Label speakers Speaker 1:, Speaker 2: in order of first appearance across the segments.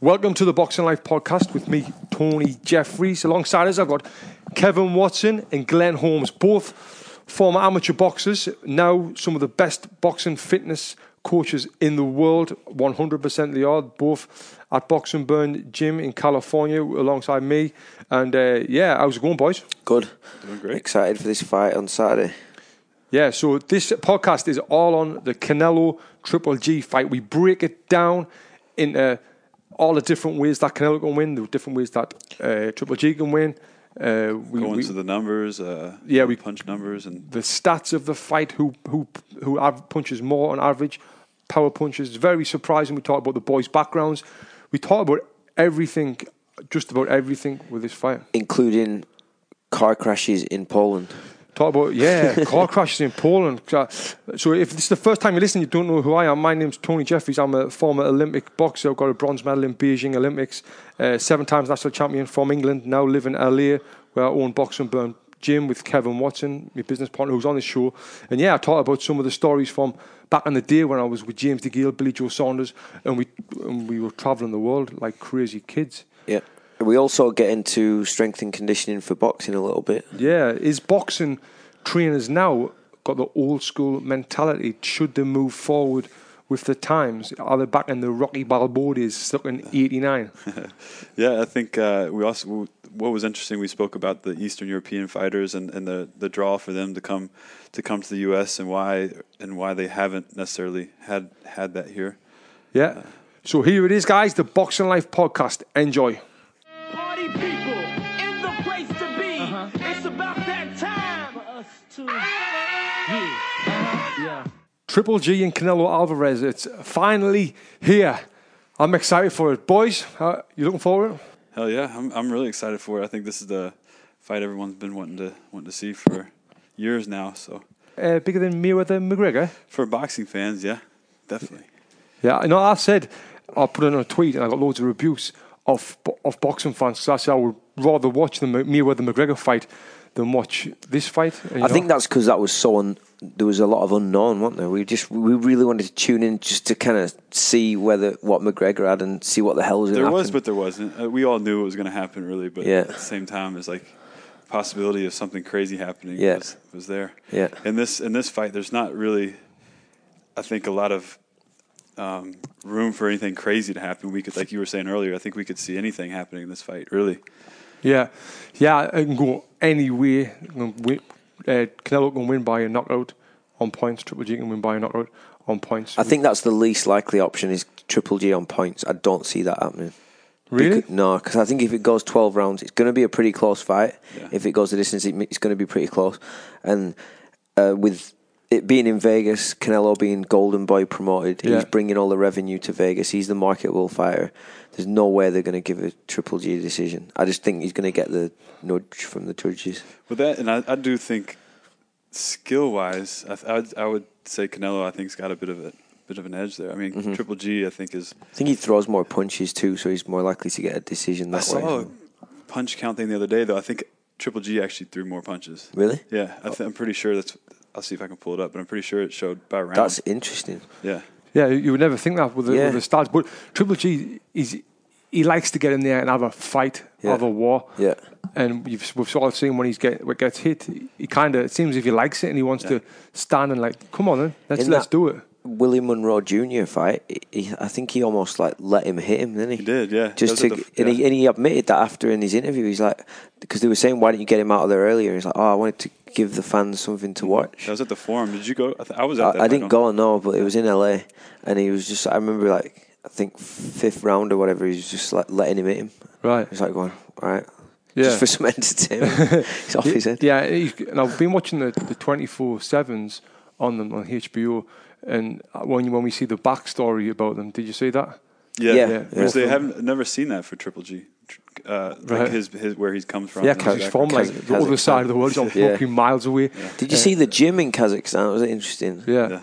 Speaker 1: Welcome to the Boxing Life podcast with me, Tony Jeffries. Alongside us, I've got Kevin Watson and Glenn Holmes, both former amateur boxers, now some of the best boxing fitness coaches in the world. 100% they are, both at Boxing Burn Gym in California alongside me. And uh, yeah, how's it going, boys?
Speaker 2: Good.
Speaker 3: Doing great.
Speaker 2: Excited for this fight on Saturday.
Speaker 1: Yeah, so this podcast is all on the Canelo Triple G fight. We break it down into all the different ways that Canelo can win, the different ways that uh, Triple G can win. Uh, we,
Speaker 3: Going
Speaker 1: we-
Speaker 3: to the numbers, uh,
Speaker 1: Yeah, we-
Speaker 3: punch numbers and
Speaker 1: the stats of the fight, who who who av- punches more on average, power punches. It's very surprising. We talk about the boys' backgrounds. We talk about everything, just about everything with this fight.
Speaker 2: Including car crashes in Poland.
Speaker 1: Talk about yeah, car crashes in Poland. Uh, So if this is the first time you listen, you don't know who I am. My name's Tony Jeffries. I'm a former Olympic boxer. I've got a bronze medal in Beijing Olympics, uh, seven times national champion from England. Now live in LA, where I own Boxing Burn Gym with Kevin Watson, my business partner, who's on this show. And yeah, I talk about some of the stories from back in the day when I was with James DeGale, Billy Joe Saunders, and we and we were traveling the world like crazy kids.
Speaker 2: Yeah. We also get into strength and conditioning for boxing a little bit.
Speaker 1: Yeah, is boxing trainers now got the old school mentality? Should they move forward with the times? Are they back in the Rocky Balboa days, stuck in '89?
Speaker 3: yeah, I think uh, we also what was interesting. We spoke about the Eastern European fighters and, and the, the draw for them to come to come to the U.S. and why and why they haven't necessarily had had that here.
Speaker 1: yeah. So here it is, guys. The Boxing Life podcast. Enjoy.
Speaker 4: Party people is the place to be. It's about that time. For us too.
Speaker 1: Triple G and Canelo Alvarez. It's finally here. I'm excited for it, boys. Uh, you looking forward?
Speaker 3: Hell yeah, I'm I'm really excited for it. I think this is the fight everyone's been wanting to wanting to see for years now. So
Speaker 1: Uh, bigger than Mayweather McGregor.
Speaker 3: for boxing fans, yeah, definitely.
Speaker 1: Yeah, I know. I said I put in a tweet and I got loads of abuse of of boxing fans. So I said I would rather watch the M- Mayweather McGregor fight than watch this fight. and, you
Speaker 2: I think
Speaker 1: know,
Speaker 2: that's because that was so un- there was a lot of unknown, wasn't there? We just we really wanted to tune in just to kind of see whether what McGregor had and see what the hell was going to
Speaker 3: There
Speaker 2: happen.
Speaker 3: was, but there wasn't. Uh, we all knew it was going to happen, really. But
Speaker 2: Yeah.
Speaker 3: at the same time, it's like possibility of something crazy happening
Speaker 2: Yeah.
Speaker 3: was, was there.
Speaker 2: Yeah.
Speaker 3: In this in this fight, there's not really, I think, a lot of um, room for anything crazy to happen. We could, like you were saying earlier, I think we could see anything happening in this fight. Really,
Speaker 1: yeah, yeah, it can go any way. It can win- Uh, Canelo can win by a knockout on points. Triple G can win by a knockout on points.
Speaker 2: I think that's the least likely option is Triple G on points. I don't see that happening.
Speaker 1: Really?
Speaker 2: Becau- no, because I think if it goes 12 rounds, it's going to be a pretty close fight.
Speaker 3: Yeah.
Speaker 2: If it goes the distance, it, it's going to be pretty close. And uh, with it being in Vegas, Canelo being Golden Boy promoted,
Speaker 1: Yeah.
Speaker 2: he's bringing all the revenue to Vegas. He's the marketable fighter. There's no way they're going to give a Triple G decision. I just think he's going to get the nudge from the judges.
Speaker 3: but that and I, I do think skill wise, I, th- I, would- I would say Canelo. I think's got a bit of a bit of an edge there. I mean,
Speaker 2: Mm-hmm.
Speaker 3: Triple G, I think is.
Speaker 2: I think he throws more punches too, so he's more likely to get a decision that
Speaker 3: I saw
Speaker 2: way.
Speaker 3: a punch count thing the other day, though. I think Triple G actually threw more punches.
Speaker 2: Really?
Speaker 3: Yeah, I th- I'm pretty sure that's. I'll see if I can pull it up, but I'm pretty sure it showed by round.
Speaker 2: That's interesting.
Speaker 3: yeah,
Speaker 1: Yeah, you would never think that with the,
Speaker 2: Yeah.
Speaker 1: with the stars. But Triple G, he's, he likes to get in there and have a fight,
Speaker 2: Yeah.
Speaker 1: have a war.
Speaker 2: Yeah.
Speaker 1: And you've, we've sort of seen when he's get when gets hit, he kind of it seems if he likes it and he wants to stand and like, come on, then let's
Speaker 2: In
Speaker 1: let's
Speaker 2: that-
Speaker 1: do it.
Speaker 2: Willie Monroe Jr. fight, he, he- I think he almost like let him hit him, didn't he?
Speaker 3: He did, yeah.
Speaker 2: Just
Speaker 3: Those are
Speaker 2: to,
Speaker 3: the-
Speaker 2: and, he,
Speaker 3: yeah.
Speaker 2: and he admitted that after in his interview, he's like, because they were saying, why didn't you get him out of there earlier? He's like, oh, I wanted to give the fans something to watch.
Speaker 3: I was at the forum. Did you go? I, th- I was at.
Speaker 2: I,
Speaker 3: that
Speaker 2: I
Speaker 3: fight
Speaker 2: didn't
Speaker 3: on-
Speaker 2: go, no, but it was in LA, and he was just, I remember like, I think fifth round or whatever, he was just like letting him hit him.
Speaker 1: Right.
Speaker 2: He's like going, all right,
Speaker 1: Yeah.
Speaker 2: just for some entertainment. he's off his head.
Speaker 1: Yeah, he's, and I've been watching the the twenty four sevens on them on HBO, and when when we see the backstory about them, did you see that?
Speaker 3: Yeah,
Speaker 2: Yeah.
Speaker 3: yeah.
Speaker 2: Yeah.
Speaker 3: Because they
Speaker 1: Yeah.
Speaker 3: haven't never seen that for Triple G. Tr- Uh,
Speaker 1: Right.
Speaker 3: Like his his where he's come from.
Speaker 1: Yeah,
Speaker 3: and his
Speaker 1: because he's from
Speaker 3: background.
Speaker 1: like the other
Speaker 2: Kazakhstan.
Speaker 1: side of the world, he's on
Speaker 2: Yeah.
Speaker 1: fucking miles away.
Speaker 2: Did you see the gym in Kazakhstan? Was it interesting?
Speaker 1: Yeah.
Speaker 3: Yeah.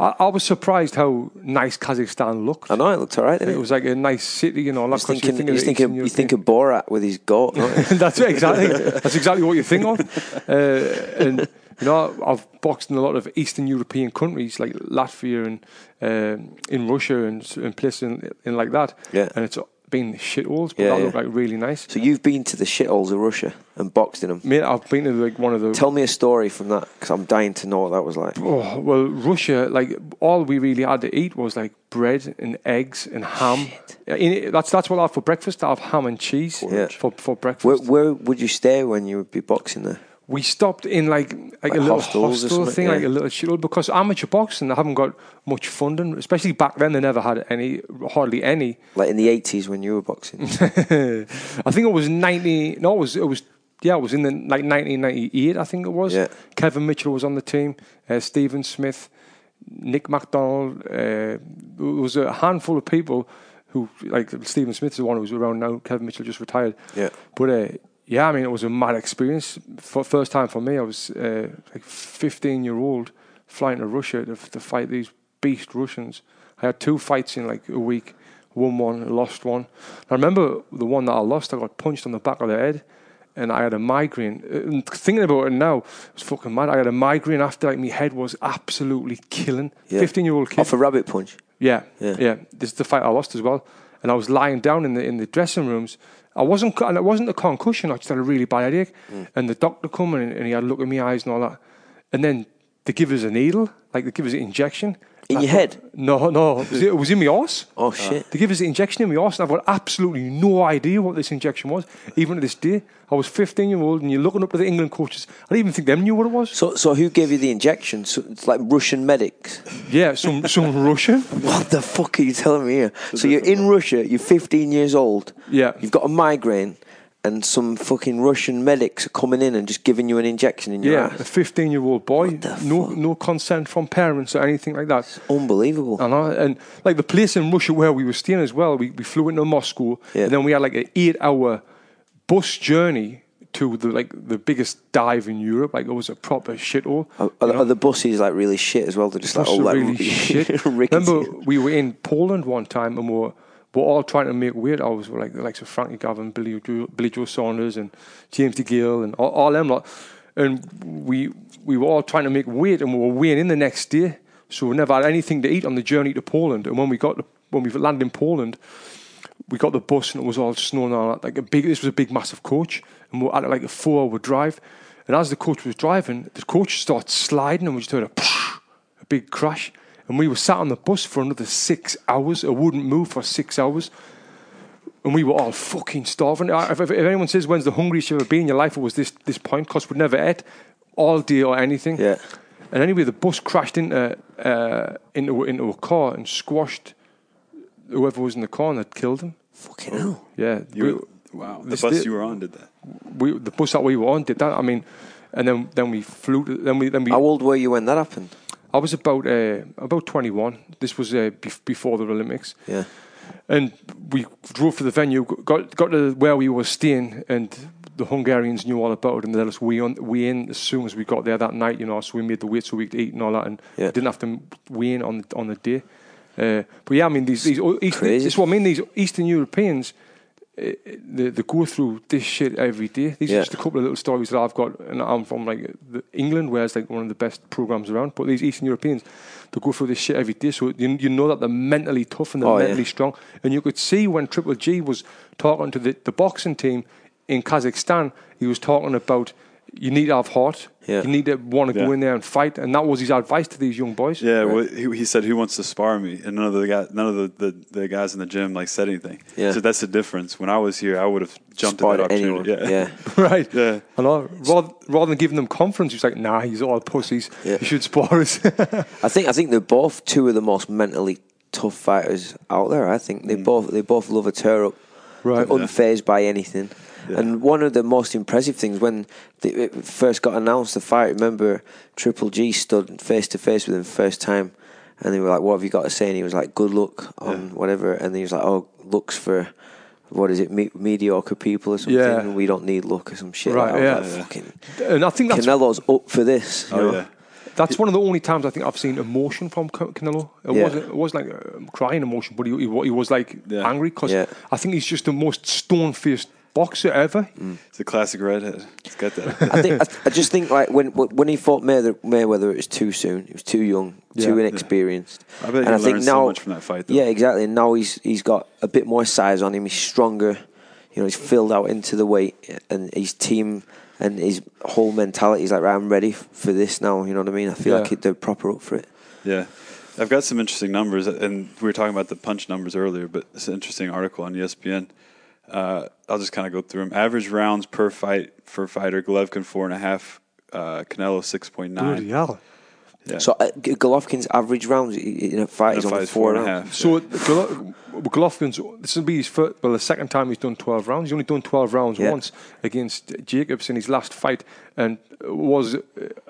Speaker 1: I, I was surprised how nice Kazakhstan looked.
Speaker 2: I know, it looked all right, didn't
Speaker 1: It was like a nice city and all that.
Speaker 2: He's
Speaker 1: 'cause
Speaker 2: thinking,
Speaker 1: of
Speaker 2: he's
Speaker 1: the
Speaker 2: thinking,
Speaker 1: Eastern
Speaker 2: you
Speaker 1: European-
Speaker 2: think of Borat with his goat. don't you?
Speaker 1: That's it, exactly. That's exactly what you think of. Uh, and you know, I've boxed in a lot of Eastern European countries like Latvia and um in Russia and, s- and places in, in like that.
Speaker 2: Yeah.
Speaker 1: And it's been the shitholes, but
Speaker 2: Yeah,
Speaker 1: that
Speaker 2: yeah.
Speaker 1: looked like really nice.
Speaker 2: So you've been to the shitholes of Russia and boxed in them.
Speaker 1: Mate, I've been to like one of the
Speaker 2: Tell me a story from that because I'm dying to know what that was like.
Speaker 1: Oh, well, Russia, like all we really had to eat was like bread and eggs and ham. Yeah, in it- that's that's what I had for breakfast. I have ham and cheese
Speaker 2: Yeah.
Speaker 1: for for breakfast.
Speaker 2: Where, where would you stay when you would be boxing there?
Speaker 1: we stopped in like like,
Speaker 2: Like
Speaker 1: a little
Speaker 2: hostels or
Speaker 1: hostel
Speaker 2: something,
Speaker 1: thing, like
Speaker 2: yeah.
Speaker 1: a little shithole because amateur boxing. They haven't got much funding, especially back then. They never had any, hardly any.
Speaker 2: Like in the 80s when you were boxing?
Speaker 1: I think it was ninety. No, it was it was yeah, it was in the like nineteen ninety eight. I think it was.
Speaker 2: Yeah.
Speaker 1: Kevin Mitchell was on the team. Uh, Stephen Smith, Nick MacDonald. Uh, there was a handful of people who like Stephen Smith is the one who's around now. Kevin Mitchell just retired.
Speaker 2: Yeah.
Speaker 1: But uh, yeah, I mean, it was a mad experience. For first time for me, I was uh, like fifteen year old flying to Russia to, to fight these beast Russians. I had two fights in like a week. Won one, lost one. I remember the one that I lost. I got punched on the back of the head, and I had a migraine. Uh, And thinking about it now, it's fucking mad. I had a migraine after like my head was absolutely killing.
Speaker 2: Yeah.
Speaker 1: Fifteen year old kid.
Speaker 2: Off a rabbit punch.
Speaker 1: Yeah,
Speaker 2: Yeah.
Speaker 1: yeah, This is the fight I lost as well, and I was lying down in the in the dressing rooms. I wasn't, co- and it wasn't a concussion. I just had a really bad headache,
Speaker 2: Mm.
Speaker 1: and the doctor come in and he had a look at my eyes and all that, and then they give us a needle, like they give us an injection
Speaker 2: In
Speaker 1: I
Speaker 2: your
Speaker 1: thought-
Speaker 2: head?
Speaker 1: No, no, it was, it was in my arse.
Speaker 2: Oh, shit.
Speaker 1: They give us the injection in my arse, and I've got absolutely no idea what this injection was. Even to this day, I was 15 year old, and you're looking up to the England coaches. I don't even think them knew what it was.
Speaker 2: So, so who gave you the injection? So it's like Russian medics.
Speaker 1: Yeah, some some Russian.
Speaker 2: What the fuck are you telling me here? So you're in Russia, you're 15 years old.
Speaker 1: Yeah.
Speaker 2: You've got a migraine, and some fucking Russian medics are coming in and just giving you an injection in your
Speaker 1: Yeah, a
Speaker 2: ass.
Speaker 1: 15 year old boy.
Speaker 2: the
Speaker 1: No,
Speaker 2: fuck?
Speaker 1: no consent from parents or anything like that.
Speaker 2: Unbelievable.
Speaker 1: And, I, and like the place in Russia where we were staying as well, we, we flew into Moscow,
Speaker 2: Yeah.
Speaker 1: and then we had like an eight hour bus journey to the like the biggest dive in Europe. Like it was a proper shithole.
Speaker 2: Are, are the- are the buses like really shit as well? They're just like
Speaker 1: Buses
Speaker 2: all like
Speaker 1: really shit.
Speaker 2: rickety.
Speaker 1: Remember, we were in Poland one time and we were, we were all trying to make weight. I was like the likes of Frankie Gavin, Billy Joe, Billy Joe Saunders, and James DeGale, and all, all them lot. And we we were all trying to make weight, and we were weighing in the next day, so we never had anything to eat on the journey to Poland. And when we got to, when we landed in Poland, we got the bus and it was all snowing on like a big this was a big massive coach and we were at like a four hour drive and as the coach was driving the coach started sliding and we just heard a, a big crash and we were sat on the bus for another six hours it wouldn't move for six hours and we were all fucking starving I- if, if anyone says when's the hungriest you've ever been in your life it was this this point because we never ate all day or anything
Speaker 2: Yeah.
Speaker 1: and anyway the bus crashed into uh, into, into a car and squashed whoever was in the car and had killed him
Speaker 2: Fucking hell.
Speaker 1: yeah, we-
Speaker 3: You were, wow, the
Speaker 1: this
Speaker 3: bus
Speaker 1: di-
Speaker 3: you were on did that.
Speaker 1: we the bus that we were on did that. I mean, and then then we flew. To, then we then we. I
Speaker 2: How old were you when that happened?
Speaker 1: was about uh, about twenty one. This was uh, bef- before the Olympics,
Speaker 2: Yeah.
Speaker 1: and we drove to the venue. Got got to where we were staying, and the Hungarians knew all about it, and they let us weigh on weigh in as soon as we got there that night. You know, so we made the weight so we could eat and all that, and
Speaker 2: Yeah.
Speaker 1: didn't have to weigh in on the, on the day. Uh, but yeah, I mean these these Eastern,
Speaker 2: Crazy.
Speaker 1: it's what I mean. These Eastern Europeans, eh, they, they go through this shit every day. These
Speaker 2: Yeah.
Speaker 1: are just a couple of little stories that I've got, and I'm from like the England, where it's like one of the best programs around. But these Eastern Europeans, they go through this shit every day, so you, you know that they're mentally tough and they're
Speaker 2: Oh, yeah.
Speaker 1: mentally strong. And you could see when Triple G was talking to the, the boxing team in Kazakhstan, he was talking about you need to have heart,
Speaker 2: Yeah.
Speaker 1: you need to want to go
Speaker 3: Yeah.
Speaker 1: in there and fight, and that was his advice to these young boys.
Speaker 3: Yeah, well, he, he said, "Who wants to spar me?" And none of the guy, none of the, the, the guys in the gym like said anything.
Speaker 2: Yeah.
Speaker 3: So that's the difference. When I was here, I would have jumped
Speaker 2: Sparred
Speaker 3: at that
Speaker 2: anyone.
Speaker 3: opportunity.
Speaker 2: yeah.
Speaker 1: Right.
Speaker 3: Yeah.
Speaker 1: I know. Rather, rather than giving them conference, he's like, nah, he's all pussies.
Speaker 2: Yeah.
Speaker 1: You should spar us.
Speaker 2: I think I think they're both two of the most mentally tough fighters out there. I think they both they both love a tear up.
Speaker 1: Mm. Right.
Speaker 2: They're unfazed by anything. And one of the most impressive things when the, it first got announced the fight, remember Triple G stood face to face with him first time, and they were like, "What have you got to say?" And he was like, "Good luck on whatever," and he was like, "Oh, looks for." What is it? Me- mediocre people or something.
Speaker 1: Yeah.
Speaker 2: and We don't need luck or some shit.
Speaker 1: Right,
Speaker 2: like, that. I was
Speaker 1: yeah.
Speaker 2: like, Fucking
Speaker 1: and I think that's
Speaker 2: Canelo's up for this. you
Speaker 3: Oh
Speaker 2: know?
Speaker 3: yeah.
Speaker 1: That's one of the only times I think I've seen emotion from Can- Canelo. It
Speaker 2: Yeah.
Speaker 1: wasn't it was like um, crying emotion, but he he, wa- he was like
Speaker 3: Yeah.
Speaker 1: angry because
Speaker 2: Yeah.
Speaker 1: I think he's just the most stone faced boxer ever.
Speaker 3: It's a classic redhead. It's got that.
Speaker 2: I think I, I just think like when when he fought Mayweather, Mayweather, it was too soon. He was too young, too
Speaker 1: Yeah.
Speaker 2: inexperienced.
Speaker 3: I bet he
Speaker 2: and I
Speaker 3: learned
Speaker 2: think
Speaker 3: so
Speaker 2: now,
Speaker 3: much from that fight. Though.
Speaker 2: yeah, exactly. And now he's he's got a bit more size on him. He's stronger. You know, he's filled out into the weight, and his team and his whole mentality is like, right, I'm ready f- for this now. You know what I mean? I feel
Speaker 1: Yeah.
Speaker 2: like he- they're proper up for it.
Speaker 3: Yeah. I've got some interesting numbers, and we were talking about the punch numbers earlier, but it's an interesting article on E ESPN. Uh, I'll just kind of go through them. Average rounds per fight for fighter Golovkin four and a half, uh, Canelo six point
Speaker 1: Bloody
Speaker 3: nine.
Speaker 1: hell.
Speaker 3: Yeah.
Speaker 2: So uh, G- Golovkin's average rounds i- in a fight is
Speaker 3: Fight
Speaker 2: only
Speaker 3: is
Speaker 2: four oh. rounds.
Speaker 1: So Golo- Golovkin's this will be his first, well the second time he's done twelve rounds. He's only done twelve rounds
Speaker 2: Yeah.
Speaker 1: once against Jacobs in his last fight, and was uh,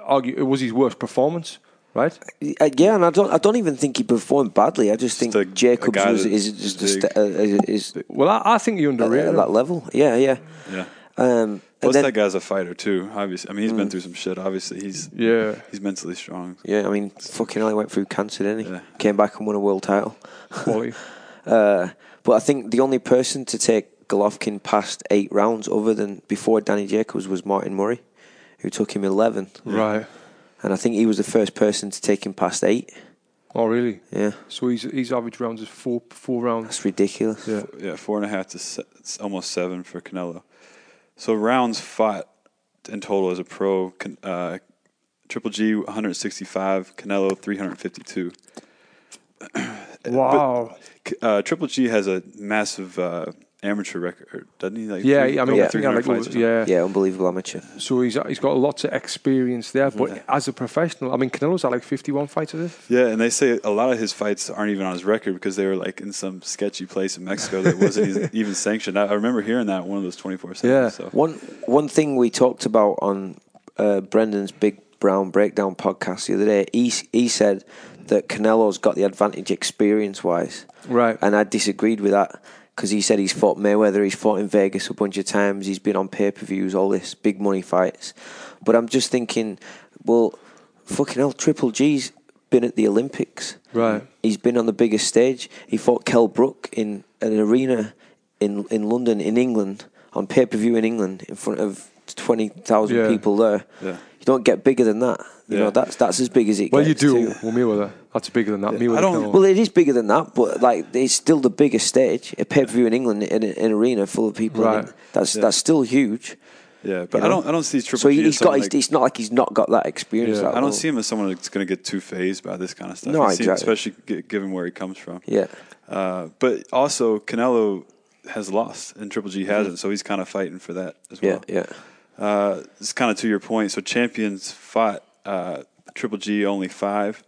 Speaker 1: argue it was his worst performance, right?
Speaker 2: Uh, yeah, and I don't. I don't even think he performed badly. I just think
Speaker 3: a- a
Speaker 2: Jacobs
Speaker 3: guy
Speaker 2: was
Speaker 3: that-
Speaker 2: is just a
Speaker 3: big.
Speaker 2: st- uh, is, is
Speaker 1: Well, I, I think he
Speaker 2: at,
Speaker 1: underrated.
Speaker 2: at
Speaker 1: him.
Speaker 2: that level. Yeah, yeah.
Speaker 3: Yeah.
Speaker 2: Um, and
Speaker 3: Plus,
Speaker 2: then, Mm.
Speaker 3: that guy's a fighter too. Obviously, I mean, he's been through some shit. Obviously, he's
Speaker 1: Yeah.
Speaker 3: he's mentally strong.
Speaker 2: yeah, I mean, fucking hell, he went through cancer, didn't he?
Speaker 3: Yeah.
Speaker 2: Came back and won a world title.
Speaker 1: Quality.
Speaker 2: Uh, but I think the only person to take Golovkin past eight rounds, other than before Danny Jacobs, was Martin Murray, who took him eleven,
Speaker 1: Right.
Speaker 2: and I think he was the first person to take him past eight.
Speaker 1: Oh, really?
Speaker 2: Yeah,
Speaker 1: So he's his average rounds is four four rounds.
Speaker 2: that's ridiculous.
Speaker 1: Yeah.
Speaker 3: Yeah, four and a half to se- it's almost seven for Canelo. So rounds fought in total as a pro, Can- uh, Triple G 165, Canelo 352.
Speaker 1: Wow.
Speaker 3: C- Uh, Triple G has a massive uh, amateur record, doesn't he? Like
Speaker 1: yeah,
Speaker 3: three-
Speaker 1: I mean,
Speaker 3: over
Speaker 1: I think I
Speaker 3: 300
Speaker 1: like,
Speaker 3: fights or something.
Speaker 1: yeah.
Speaker 2: Yeah, unbelievable amateur.
Speaker 1: So he's he's got lots of experience there, but as a professional, I mean, Canelo's at like fifty-one fights, is it?
Speaker 3: Yeah, and they say a lot of his fights aren't even on his record because they were like in some sketchy place in Mexico that wasn't even- even sanctioned. I, I remember hearing that in one of those twenty four
Speaker 1: Yeah.
Speaker 3: seconds. So.
Speaker 2: One one thing we talked about on uh, Brendan's Big Brown Breakdown podcast the other day, he s- he said that Canelo's got the advantage experience wise,
Speaker 1: Right.
Speaker 2: and I disagreed with that because he said he's fought Mayweather, he's fought in Vegas a bunch of times, he's been on pay per views, all this big money fights, but I'm just thinking, well, fucking hell, Triple G's been at the Olympics,
Speaker 1: Right.
Speaker 2: He's been on the biggest stage. He fought Kel Brook in an arena in in London, in England, on pay per view in England, in front of twenty thousand
Speaker 1: Yeah.
Speaker 2: people there.
Speaker 3: Yeah.
Speaker 2: You don't get bigger than that. You know,
Speaker 3: Yeah.
Speaker 2: that's that's as big as it
Speaker 1: Well, you
Speaker 2: gets.
Speaker 1: do.
Speaker 2: too.
Speaker 1: Well, Mayweather. That's bigger than that. Mayweather.
Speaker 3: I don't-
Speaker 1: Canelo.
Speaker 2: Well, it is bigger than that, but like it's still the biggest stage. A pay per view in England in an arena full of people. in
Speaker 1: Right.
Speaker 2: it. That's that's still huge.
Speaker 3: Yeah, but
Speaker 2: You
Speaker 3: I
Speaker 2: know?
Speaker 3: don't. I don't see Triple
Speaker 2: So
Speaker 3: G.
Speaker 2: he,
Speaker 3: as
Speaker 2: has got.
Speaker 3: someone
Speaker 2: his
Speaker 3: like-
Speaker 2: it's not like he's not got that experience.
Speaker 1: Yeah.
Speaker 2: that
Speaker 3: I don't
Speaker 2: level.
Speaker 3: see him as someone that's going to get too phased by this kind of stuff.
Speaker 2: No,
Speaker 3: I see him-
Speaker 2: exactly.
Speaker 3: especially gi- given where he comes from.
Speaker 2: Yeah.
Speaker 3: Uh, but also, Canelo has lost, and Triple G hasn't, so he's kind of fighting for that as
Speaker 2: Yeah,
Speaker 3: well.
Speaker 2: yeah.
Speaker 3: Uh, it's kind of to your point. So champions fought uh, Triple G only five,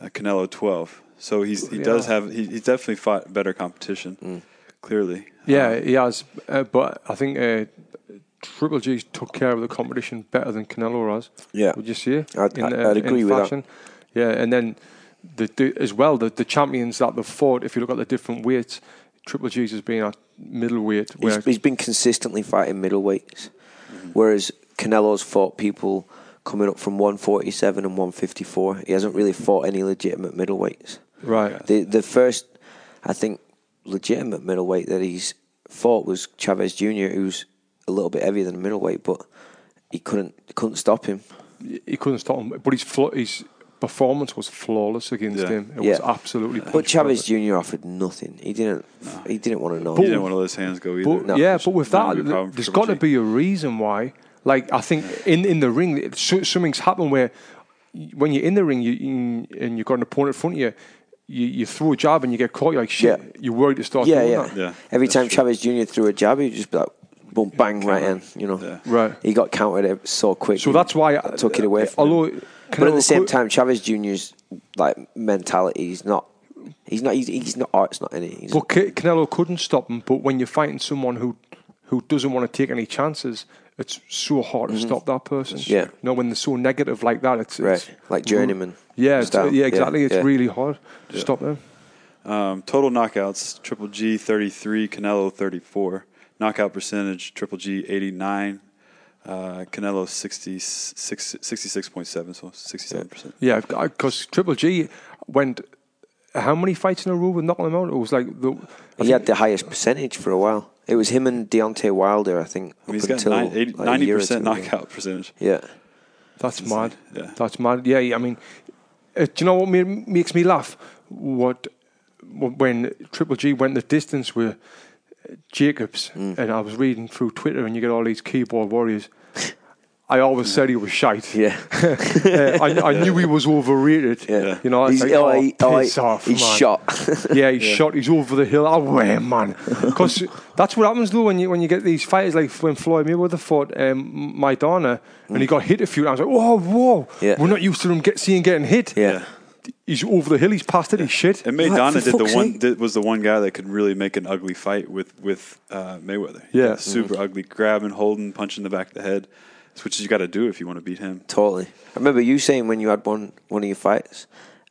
Speaker 3: uh, Canelo twelve. So he's he does
Speaker 1: Yeah.
Speaker 3: have he, he's definitely fought better competition. Clearly,
Speaker 1: yeah, he has. Uh, but I think uh, Triple G took care of the competition better than Canelo has.
Speaker 2: Yeah.
Speaker 1: Would you say?
Speaker 2: I'd- I'd agree with that.
Speaker 1: that. uh, Yeah, and then the, the as well the, the champions that they've fought. If you look at the different weights, Triple G's has been at middleweight. Where
Speaker 2: He's, he's been consistently fighting middleweights,
Speaker 3: Mm-hmm.
Speaker 2: whereas Canelo's fought people coming up from 147 and 154. He hasn't really fought any legitimate middleweights.
Speaker 1: right.
Speaker 2: The the first, I think, legitimate middleweight that he's fought was Chavez Jr., who's a little bit heavier than a middleweight, but he couldn't couldn't stop him.
Speaker 1: he couldn't stop him, but his fla- his performance was flawless against
Speaker 3: Yeah.
Speaker 1: him. It
Speaker 2: Yeah.
Speaker 1: was absolutely.
Speaker 2: But
Speaker 1: punch
Speaker 2: Chavez
Speaker 1: perfect.
Speaker 2: Jr. offered nothing. He didn't. He didn't want to know.
Speaker 3: he didn't want to let his hands go either.
Speaker 1: But, yeah, but with that,
Speaker 3: Wouldn't be a problem for
Speaker 1: there's
Speaker 3: Triple
Speaker 1: got to
Speaker 3: G.
Speaker 1: be a reason why. Like I think in in the ring, it- so, something's happened where y- when you're in the ring, you, you and you've got an opponent in front of you, you, you throw a jab and you get caught. You're like shit.
Speaker 2: Yeah.
Speaker 1: You're worried to start
Speaker 2: Yeah,
Speaker 1: doing
Speaker 2: yeah.
Speaker 1: that.
Speaker 3: Yeah,
Speaker 2: Every
Speaker 3: that's
Speaker 2: time
Speaker 3: true.
Speaker 2: Chavez Jr. threw a jab, he'd just be like, boom, bang, right in, you know.
Speaker 3: Yeah.
Speaker 1: Right.
Speaker 2: He got countered it so quick.
Speaker 1: So that's why I
Speaker 2: took it away from
Speaker 1: Although,
Speaker 2: him. But at the same
Speaker 1: could-
Speaker 2: time, Chavez Jr.'s like mentality, he's not, he's not, he's, he's not, art's not in it. He's,
Speaker 1: But Ca- Canelo couldn't stop him. But when you're fighting someone who who doesn't want to take any chances, it's so hard to stop that person.
Speaker 2: Mm-hmm. Yeah.
Speaker 1: You know, when they're so negative like that, it's, it's
Speaker 2: Right. Like journeyman
Speaker 1: Mm-hmm. Yeah, it's,
Speaker 2: style.
Speaker 1: yeah,
Speaker 2: Yeah,
Speaker 1: exactly. it's
Speaker 2: yeah.
Speaker 1: really hard to stop them.
Speaker 3: Um, total knockouts: Triple G thirty three, Canelo thirty four. Knockout percentage: Triple G eighty nine, uh, Canelo 66.7, so sixty seven percent.
Speaker 1: Yeah, because Triple G went how many fights in a row with knocking him out? It was like the I
Speaker 2: he
Speaker 1: think-
Speaker 2: had the highest percentage for a while. It was him and Deontay Wilder, I think.
Speaker 3: I mean, he's
Speaker 2: up
Speaker 3: got
Speaker 2: until,
Speaker 3: nine- eighty-
Speaker 2: like, a year or
Speaker 3: 90%
Speaker 2: two ago.
Speaker 3: knockout percentage.
Speaker 2: Yeah.
Speaker 1: That's
Speaker 3: It's
Speaker 1: mad.
Speaker 3: like- yeah.
Speaker 1: That's mad. Yeah, I mean, uh, do you know what ma- makes me laugh? What when Triple G went the distance with uh, Jacobs,
Speaker 2: Mm.
Speaker 1: and I was reading through Twitter, and you get all these keyboard warriors. I always said he was shite.
Speaker 2: Yeah.
Speaker 1: Uh, I, I knew he was overrated.
Speaker 2: Yeah.
Speaker 1: You know, I was
Speaker 2: He's-
Speaker 1: like, oh,
Speaker 2: he-
Speaker 1: piss
Speaker 2: he-
Speaker 1: off,
Speaker 2: he's
Speaker 1: man.
Speaker 2: shot.
Speaker 1: yeah, he's shot. He's over the hill. Away, man. Because that's what happens though when you when you get these fighters like when Floyd Mayweather fought um, Maidana and he got hit a few times. Like, whoa, whoa,
Speaker 2: Mm. Yeah.
Speaker 1: we're not used to him get, seeing getting hit.
Speaker 2: yeah.
Speaker 1: He's over the hill. He's past it. He's shit.
Speaker 3: And
Speaker 2: Like,
Speaker 3: Maidana
Speaker 2: for
Speaker 3: did the
Speaker 2: fuck's
Speaker 3: one
Speaker 2: sake.
Speaker 3: did, was the one guy that could really make an ugly fight with with uh, Mayweather. He
Speaker 1: Yeah.
Speaker 3: got super
Speaker 2: Mm-hmm.
Speaker 3: ugly, grabbing, holding, punching the back of the head, which you got to do if you want to beat him.
Speaker 2: Totally. I remember you saying when you had one one of your fights,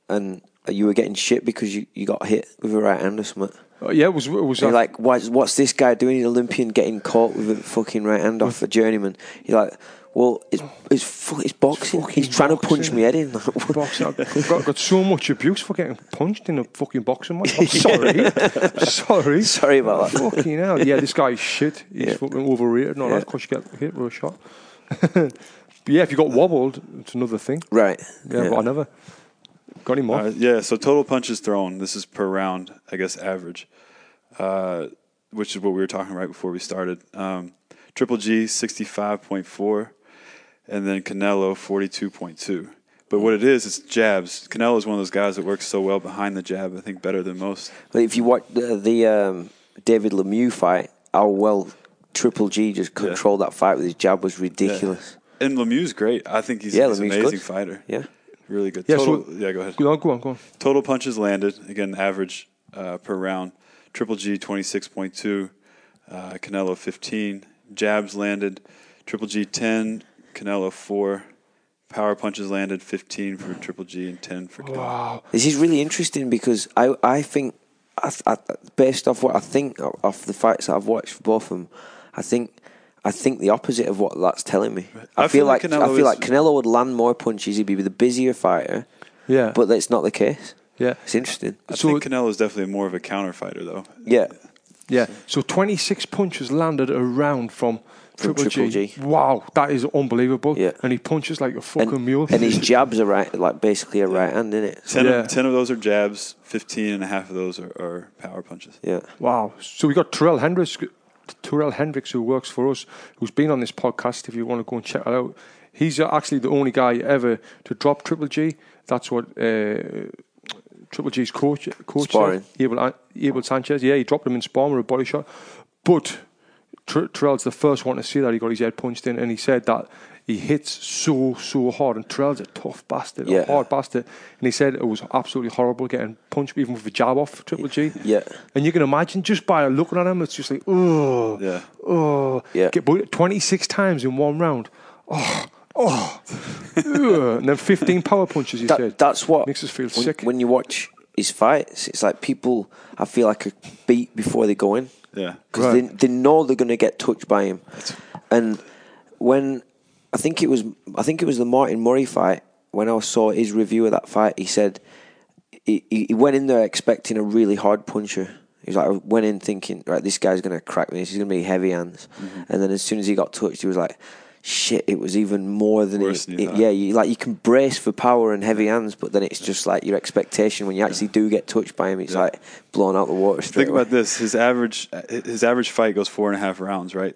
Speaker 2: and you were getting shit because you, you got hit with a right hand or something.
Speaker 1: Uh, yeah, it was it was
Speaker 2: You're
Speaker 1: uh,
Speaker 2: like, what's, what's this guy doing? An Olympian getting caught with a fucking right hand off a journeyman. You're like, well, it's it's, fu- it's boxing.
Speaker 1: fucking
Speaker 2: He's trying to punch
Speaker 1: boxing.
Speaker 2: me head in. Like, what-
Speaker 1: boxing. I got, got so much abuse for getting punched in a fucking boxing match. I'm sorry, sorry,
Speaker 2: Sorry about that.
Speaker 1: Fucking hell. Yeah, this guy's shit. He's
Speaker 2: Yeah.
Speaker 1: fucking overrated. Not
Speaker 2: Yeah.
Speaker 1: that because you get hit with a shot. but yeah, if you got wobbled, it's another thing.
Speaker 2: Right.
Speaker 1: Yeah, but I never got any more.
Speaker 3: Uh, yeah, so total punches thrown. This is per round, I guess, average, uh, which is what we were talking right before we started. Um, Triple G, 65.4, and then Canelo, 42.2. But what it is, it's jabs. Canelo is one of those guys that works so well behind the jab, I think, better than most.
Speaker 2: But if you watch the, the um, David Lemieux fight, how well Triple G just controlled that fight with his jab was ridiculous.
Speaker 3: And Lemieux's great. I think he's,
Speaker 2: Yeah,
Speaker 3: he's an
Speaker 2: Lemieux's
Speaker 3: amazing
Speaker 2: good.
Speaker 3: fighter.
Speaker 2: Yeah.
Speaker 3: Really good.
Speaker 1: Yeah,
Speaker 3: total,
Speaker 1: so-
Speaker 3: yeah, go ahead.
Speaker 1: Go on, go on, go on.
Speaker 3: Total punches landed, again, average uh, per round. Triple G, 26.2. Uh, Canelo, 15. Jabs landed. Triple G, 10. Canelo, 4. Power punches landed, 15 for Triple G and 10 for Canelo.
Speaker 2: This is really interesting because I I think I, th- I, based off what I think o- off the fights that I've watched for both of them, I think I think the opposite of what that's telling me. I,
Speaker 3: I
Speaker 2: feel
Speaker 3: feel
Speaker 2: like
Speaker 3: Canelo
Speaker 2: I feel
Speaker 3: is-
Speaker 2: like Canelo would land more punches. He'd be the busier fighter.
Speaker 1: Yeah.
Speaker 2: but that's not the case.
Speaker 1: Yeah.
Speaker 2: it's interesting.
Speaker 3: I
Speaker 1: So-
Speaker 3: think Canelo is definitely more of a counter fighter, though.
Speaker 2: Yeah,
Speaker 1: Yeah. So 26 punches landed around from,
Speaker 2: From
Speaker 1: Triple, G.
Speaker 2: Triple G.
Speaker 1: Wow, that is unbelievable.
Speaker 2: Yeah.
Speaker 1: And he punches like a fucking
Speaker 2: and,
Speaker 1: mule.
Speaker 2: and his jabs are right, like basically a right hand, is it?
Speaker 3: 10,
Speaker 1: Yeah.
Speaker 3: of, 10 of those are jabs, 15 and a half of those are, are power punches.
Speaker 2: Yeah,
Speaker 1: Wow. So we got Terrell Hendricks, Terrell Hendricks, who works for us, who's been on this podcast. If you want to go and check that out, he's uh, actually the only guy ever to drop Triple G. That's what uh, Triple G's coach, coach
Speaker 2: Sparring.
Speaker 1: said. Abel, Abel Sanchez. Yeah, he dropped him in sparring with a body shot, but. Ter- Terrell's the first one to see that he got his head punched in, and he said that he hits so so hard. And Terrell's a tough bastard,
Speaker 2: Yeah.
Speaker 1: a hard bastard, and he said it was absolutely horrible getting punched, even with a jab off Triple G.
Speaker 2: Yeah.
Speaker 1: And you can imagine just by looking at him, it's just like, oh,
Speaker 3: Yeah.
Speaker 1: oh,
Speaker 2: Yeah.
Speaker 1: Get bullied 26 times in one round. Oh, oh, Ugh. and then 15 power punches, you
Speaker 2: that,
Speaker 1: said.
Speaker 2: that's what
Speaker 1: makes us feel
Speaker 2: when,
Speaker 1: sick.
Speaker 2: when you watch his fights. It's like people, I feel like are beat before they go in.
Speaker 3: Yeah.
Speaker 2: because
Speaker 1: Right.
Speaker 2: they, they know they're going to get touched by him. And when I think it was, I think it was the Martin Murray fight. When I saw his review of that fight, he said he, he he went in there expecting a really hard puncher. He was like, I went in thinking, right, this guy's going to crack me. This is going to be heavy hands.
Speaker 1: Mm-hmm.
Speaker 2: And then as soon as he got touched, he was like, shit, it was even more than
Speaker 3: Worse
Speaker 2: he,
Speaker 3: than you
Speaker 2: it-
Speaker 3: thought.
Speaker 2: yeah. You like you can brace for power and heavy hands, but then it's just like your expectation when you actually do get touched by him, it's like blown out the water straight
Speaker 3: Think
Speaker 2: away.
Speaker 3: about this: his average his average fight goes four and a half rounds, right?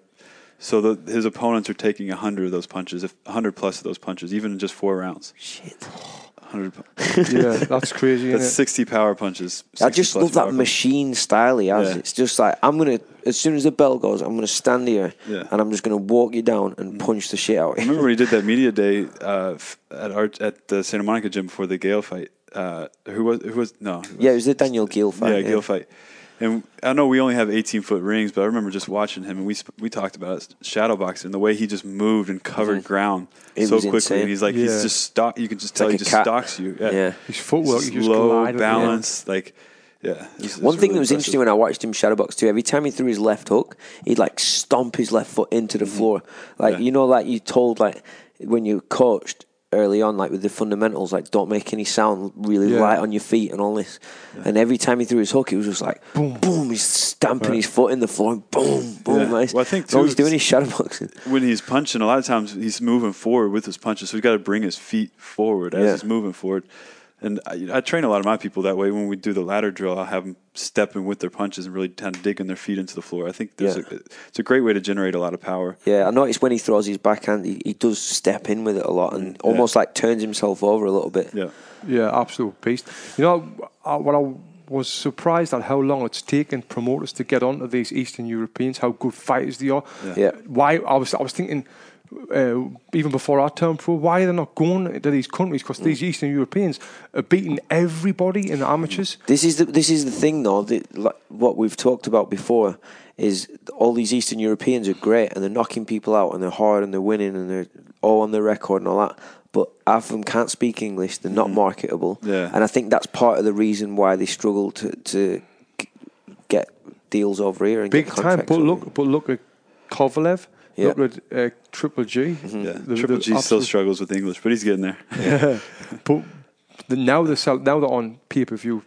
Speaker 3: So the, his opponents are taking hundred of those punches, if hundred plus of those punches, even in just four rounds.
Speaker 2: Shit.
Speaker 3: Hundred.
Speaker 1: yeah, that's crazy.
Speaker 3: That's
Speaker 1: isn't it?
Speaker 3: sixty power punches.
Speaker 2: I
Speaker 3: 60
Speaker 2: just
Speaker 3: plus
Speaker 2: love that
Speaker 3: power punches.
Speaker 2: machine style he has.
Speaker 3: Yeah.
Speaker 2: It's just like I'm gonna as soon as the bell goes, I'm gonna stand here
Speaker 3: Yeah.
Speaker 2: and I'm just gonna walk you down and punch the shit out. of
Speaker 3: I
Speaker 2: you.
Speaker 3: remember when he did that media day uh, f- at our, at the Santa Monica gym before the Gale fight. Uh, who was who was no? who
Speaker 2: yeah, it was the Daniel Gill fight.
Speaker 3: yeah, Gale fight. And I know we only have 18 foot rings, but I remember just watching him, and we sp- we talked about it, shadow boxing, the way he just moved and covered ground
Speaker 2: Mm-hmm. It
Speaker 3: so
Speaker 2: was
Speaker 3: quickly.
Speaker 2: insane.
Speaker 3: And he's like,
Speaker 1: Yeah.
Speaker 3: he's just stock. You can just tell
Speaker 2: like
Speaker 3: he
Speaker 2: a
Speaker 3: just
Speaker 2: cat.
Speaker 3: stalks you. Yeah,
Speaker 2: Yeah.
Speaker 1: His footwork,
Speaker 3: Just
Speaker 1: he just
Speaker 3: low
Speaker 1: glided, yeah.
Speaker 3: balance, like yeah. It's-
Speaker 2: One
Speaker 3: it's
Speaker 2: thing
Speaker 3: really
Speaker 2: that was interesting when I watched him shadowbox too, every time he threw his left hook, he'd like stomp his left foot into the floor. Like
Speaker 3: Mm-hmm. Yeah.
Speaker 2: you know, like you told like when you coached early on, like with the fundamentals, like don't make any sound, really
Speaker 1: Yeah.
Speaker 2: light on your feet and all this. And every time he threw his hook, it was just like boom, boom. He's stamping his foot in the floor, and boom, boom.
Speaker 3: Yeah.
Speaker 2: Like,
Speaker 3: Well, I think,
Speaker 2: all
Speaker 3: too,
Speaker 2: he's doing
Speaker 3: it's-
Speaker 2: is shadow boxing.
Speaker 3: when he's punching, a lot of times he's moving forward with his punches, so he's got to bring his feet forward as
Speaker 2: Yeah.
Speaker 3: he's moving forward. And I, I train a lot of my people that way. When we do the ladder drill, I have them stepping with their punches and really kind of digging their feet into the floor. I think there's
Speaker 2: Yeah.
Speaker 3: a, it's a great way to generate a lot of power.
Speaker 2: Yeah, I noticed when he throws his backhand, he, he does step in with it a lot and almost like turns himself over a little bit.
Speaker 3: Yeah,
Speaker 1: Yeah, absolute beast. You know, I, what I was surprised at how long it's taken promoters to get onto these Eastern Europeans, how good fighters they are.
Speaker 2: Yeah.
Speaker 1: Why I was I was thinking. Uh, even before our term pro, why are they not going to these countries? Because these
Speaker 2: Mm.
Speaker 1: Eastern Europeans are beating everybody in the amateurs.
Speaker 2: This is the this is the thing though. That, like, what we've talked about before is all these Eastern Europeans are great and they're knocking people out and they're hard and they're winning and they're all on their record and all that. But half of them can't speak English. They're
Speaker 1: Mm.
Speaker 2: not marketable.
Speaker 3: Yeah.
Speaker 2: And I think that's part of the reason why they struggle to to g- get deals over here and
Speaker 1: Big
Speaker 2: get
Speaker 1: time.
Speaker 2: contracts
Speaker 1: But
Speaker 2: over
Speaker 1: look, but look at Kovalev.
Speaker 2: Yeah. Mm-hmm.
Speaker 1: Look at uh, Triple G.
Speaker 3: yeah.
Speaker 1: The- the
Speaker 3: Triple G still
Speaker 1: absolute-
Speaker 3: struggles with English, but he's getting there.
Speaker 1: But the, now they're sell, now they're on pay per view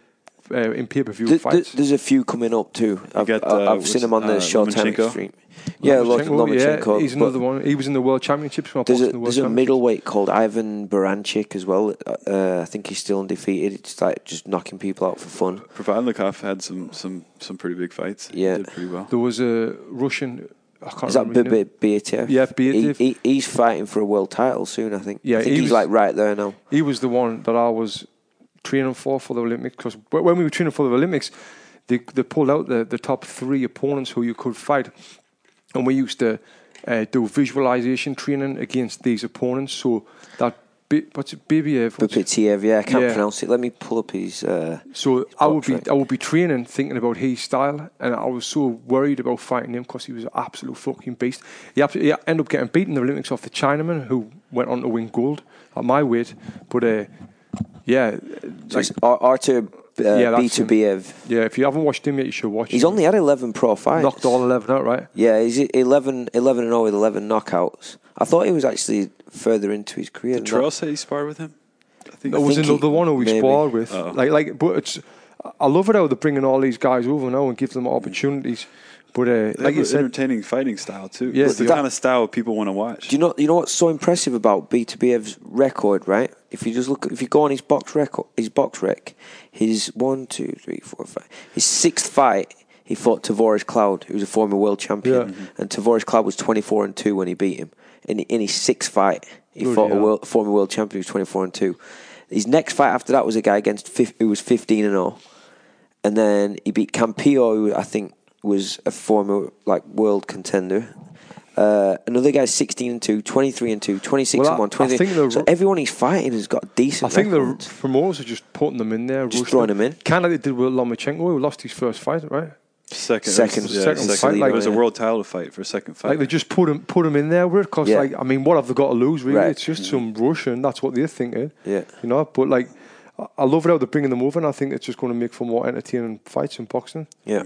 Speaker 1: uh, in pay per view
Speaker 2: Th- th-
Speaker 1: fights.
Speaker 2: there's a few coming up too. I've,
Speaker 3: got,
Speaker 2: I've-
Speaker 3: uh,
Speaker 2: I've seen
Speaker 3: what's-
Speaker 2: them on the
Speaker 3: uh,
Speaker 2: Showtime
Speaker 3: Lomachenko?
Speaker 2: Extreme. Yeah, Lomachenko. Lomachenko
Speaker 1: yeah, he's
Speaker 2: but
Speaker 1: another one. He was in the World Championships. When I
Speaker 2: There's
Speaker 1: boxed in
Speaker 2: a,
Speaker 1: the World
Speaker 2: there's a
Speaker 1: Championships.
Speaker 2: middleweight called Ivan Baranchik as well. Uh, I think he's still undefeated. It's like just knocking people out for fun.
Speaker 3: Provodnikov had some some some pretty big fights.
Speaker 2: Yeah.
Speaker 3: he did pretty well.
Speaker 1: There was a Russian. I can't
Speaker 2: Is that
Speaker 1: remember. his name.
Speaker 2: Beatiev?
Speaker 1: Yeah, Beatev.
Speaker 2: He, he, he's fighting for a world title soon, I think.
Speaker 1: Yeah,
Speaker 2: I think
Speaker 1: he
Speaker 2: he's
Speaker 1: was-
Speaker 2: like right there now.
Speaker 1: he was the one that I was training for for the Olympics. Because when we were training for the Olympics, they they pulled out the, the top three opponents who you could fight, and we used to uh, do visualization training against these opponents. So that Bi- what's it, Bibiev? what's it?
Speaker 2: Beatiev, yeah, I can't
Speaker 1: Yeah.
Speaker 2: pronounce it. Let me pull up his. Uh,
Speaker 1: So I would be
Speaker 2: Portrait.
Speaker 1: I would be training, thinking about his style, and I was so worried about fighting him because he was an absolute fucking beast. He, abso- he ended up getting beaten in the Olympics off the Chinaman, who went on to win gold at my weight. But uh, yeah,
Speaker 2: so it's Ar- Artur uh,
Speaker 1: Yeah, that's him.
Speaker 2: Beterbiev.
Speaker 1: yeah. If you haven't watched him yet, you should watch.
Speaker 2: He's
Speaker 1: him.
Speaker 2: only had 11 pro fights.
Speaker 1: knocked all eleven out, right?
Speaker 2: Yeah, he's 11, 11 and 0 with 11 knockouts. I thought he was actually further into his career.
Speaker 3: Did
Speaker 2: than that.
Speaker 3: Terrell say he sparred with him? I think.
Speaker 1: There was
Speaker 2: think he-
Speaker 1: another one who we
Speaker 2: maybe.
Speaker 1: sparred with.
Speaker 3: Uh-oh.
Speaker 1: Like, like, but it's. I love it how they're bringing all these guys over now and give them opportunities. But uh,
Speaker 3: They
Speaker 1: like
Speaker 3: have
Speaker 1: you
Speaker 3: an
Speaker 1: said,
Speaker 3: entertaining fighting style too.
Speaker 1: Yeah,
Speaker 3: it's the
Speaker 1: they are.
Speaker 3: kind of style people want to watch.
Speaker 2: Do you know? You know what's so impressive about B2Bf's record, right? If you just look, if you go on his box record, his box rec, his one, two, three, four, five, his sixth fight, he fought Tavoris Cloud, who was a former world champion,
Speaker 1: Yeah.
Speaker 2: and Tavoris Cloud was twenty four and two when he beat him. In in his sixth fight, he
Speaker 1: Bloody
Speaker 2: fought a
Speaker 1: hell.
Speaker 2: world, former world champion who was twenty four and two. His next fight after that was a guy against fif- who was fifteen and zero and then he beat Campillo, who I think was a former like world contender. Uh, another guy's 16 and 2, 23 and 2, 26
Speaker 1: Well,
Speaker 2: and
Speaker 1: I-
Speaker 2: 1,
Speaker 1: I
Speaker 2: 23.
Speaker 1: think the-
Speaker 2: so everyone he's fighting has got a
Speaker 1: I
Speaker 2: decent.
Speaker 1: think
Speaker 2: record.
Speaker 1: the promoters are just putting them in there,
Speaker 2: Just
Speaker 1: rushing
Speaker 2: throwing them in.
Speaker 1: Kind of like they did with Lomachenko, who lost his first fight, right?
Speaker 3: second,
Speaker 2: Second-
Speaker 3: yeah,
Speaker 1: second
Speaker 3: second
Speaker 1: fight, like-
Speaker 3: it was a world title fight for a second fight.
Speaker 1: Like they just put him put him in there with because
Speaker 2: Yeah.
Speaker 1: like I mean what have they got to lose really?
Speaker 2: Right. Mm-hmm.
Speaker 1: It's just some Russian. That's what they're thinking.
Speaker 2: Yeah.
Speaker 1: you know. But like I- I love it how they're bringing them over, and I think it's just going to make for more entertaining fights in boxing.
Speaker 2: yeah.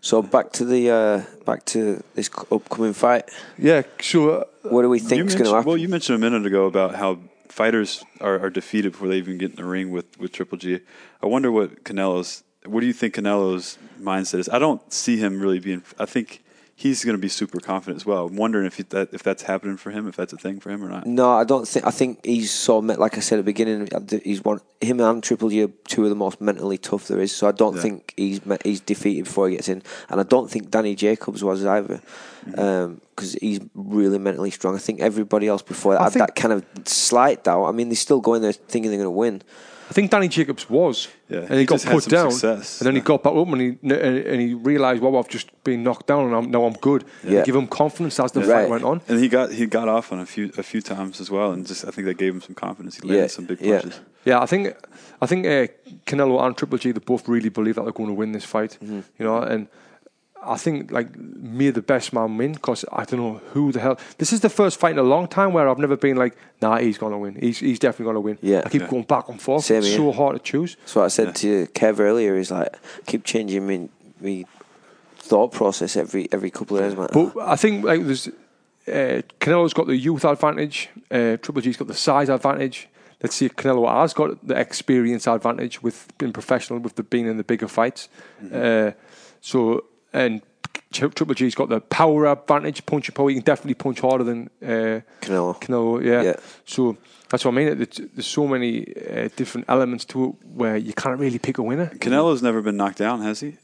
Speaker 2: So back to the uh, back to this c- upcoming fight.
Speaker 1: Yeah. So uh,
Speaker 2: What do we think is
Speaker 3: You
Speaker 2: going to
Speaker 3: mentioned-
Speaker 2: happen?
Speaker 3: Well, you mentioned a minute ago about how fighters are, are defeated before they even get in the ring with, with Triple G. I wonder what Canelo's. What do you think Canelo's mindset is? I don't see him really being. I think he's going to be super confident as well. I'm wondering if he, that if that's happening for him, if that's a thing for him or not.
Speaker 2: No, I don't think. I think he's so me- like I said at the beginning. I d- He's one. Him and Triple G are two of the most mentally tough there is. So I don't
Speaker 3: Yeah.
Speaker 2: think he's me- he's defeated before he gets in, and I don't think Danny Jacobs was either, because he's really mentally strong. I think everybody else before that
Speaker 1: I
Speaker 2: had
Speaker 1: think-
Speaker 2: that kind of slight doubt. I mean, they still go in there thinking they're going to win.
Speaker 1: I think Danny Jacobs was,
Speaker 3: Yeah,
Speaker 1: and he,
Speaker 3: he
Speaker 1: got
Speaker 3: just had
Speaker 1: put
Speaker 3: some
Speaker 1: down,
Speaker 3: success.
Speaker 1: and then he
Speaker 3: Yeah.
Speaker 1: got back up, and he and, and he realised, well, I've just been knocked down, and I'm, now I'm good.
Speaker 2: Yeah.
Speaker 1: Give him confidence as the
Speaker 2: Yeah.
Speaker 1: fight
Speaker 2: Right.
Speaker 1: went on.
Speaker 3: And he got he got off on a few a few times as well, and just I think that gave him some confidence. He landed
Speaker 2: Yeah,
Speaker 3: some big
Speaker 2: yeah.
Speaker 3: punches.
Speaker 1: Yeah, I think I think uh, Canelo and Triple G they both really believe that they're going to win this fight.
Speaker 2: Mm-hmm.
Speaker 1: You know, and I think like me the best man win because I don't know who the hell. This is the first fight in a long time where I've never been like, nah, he's gonna win. He's he's definitely gonna win.
Speaker 2: Yeah.
Speaker 1: I keep
Speaker 3: Yeah.
Speaker 1: going back and forth.
Speaker 2: Same
Speaker 1: it's
Speaker 2: here.
Speaker 1: so hard to choose.
Speaker 2: So what I said to you, Kev earlier is like keep changing me, me thought process every every couple of days. man.
Speaker 1: But I think like there's uh, Canelo's got the youth advantage. Uh, Triple G's got the size advantage. Let's see if Canelo has got the experience advantage with being professional, with the being in the bigger fights. Uh, so and Tri- Triple G's got the power advantage, punch your power. He can definitely punch harder than uh,
Speaker 2: Canelo.
Speaker 1: Canelo, yeah.
Speaker 2: Yeah.
Speaker 1: So that's what I mean. There's, there's so many uh, different elements to it where you can't really pick a winner.
Speaker 3: Canelo's never been knocked down, has he?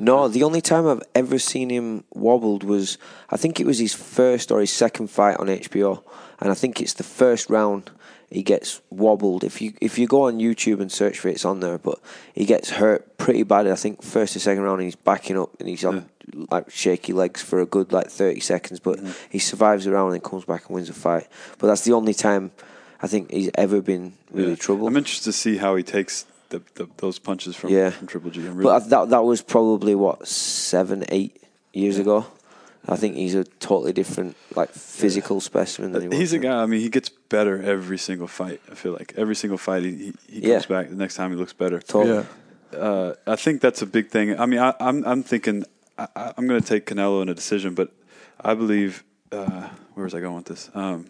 Speaker 2: No, the only time I've ever seen him wobbled was I think it was his first or his second fight on HBO, and I think it's the first round he gets wobbled. If you if you go on YouTube and search for it, it's on there. But he gets hurt pretty badly. I think first or second round, and he's backing up and he's on like shaky legs for a good like thirty seconds. But he survives the round and comes back and wins the fight. But that's the only time I think he's ever been really
Speaker 3: Yeah.
Speaker 2: troubled.
Speaker 3: I'm interested to see how he takes the, the, those punches from,
Speaker 2: Yeah.
Speaker 3: from Triple G. I'm really-
Speaker 2: But I- that that was probably what seven, eight years ago. I think he's a totally different, like physical specimen. Than he was
Speaker 3: he's a guy. I mean, he gets better every single fight. I feel like every single fight, he, he, he
Speaker 2: Yeah.
Speaker 3: comes back the next time. He looks better.
Speaker 2: Totally.
Speaker 3: Uh, I think that's a big thing. I mean, I, I'm I'm thinking I, I- I'm going to take Canelo in a decision, but I believe uh, where was I going with this? Um,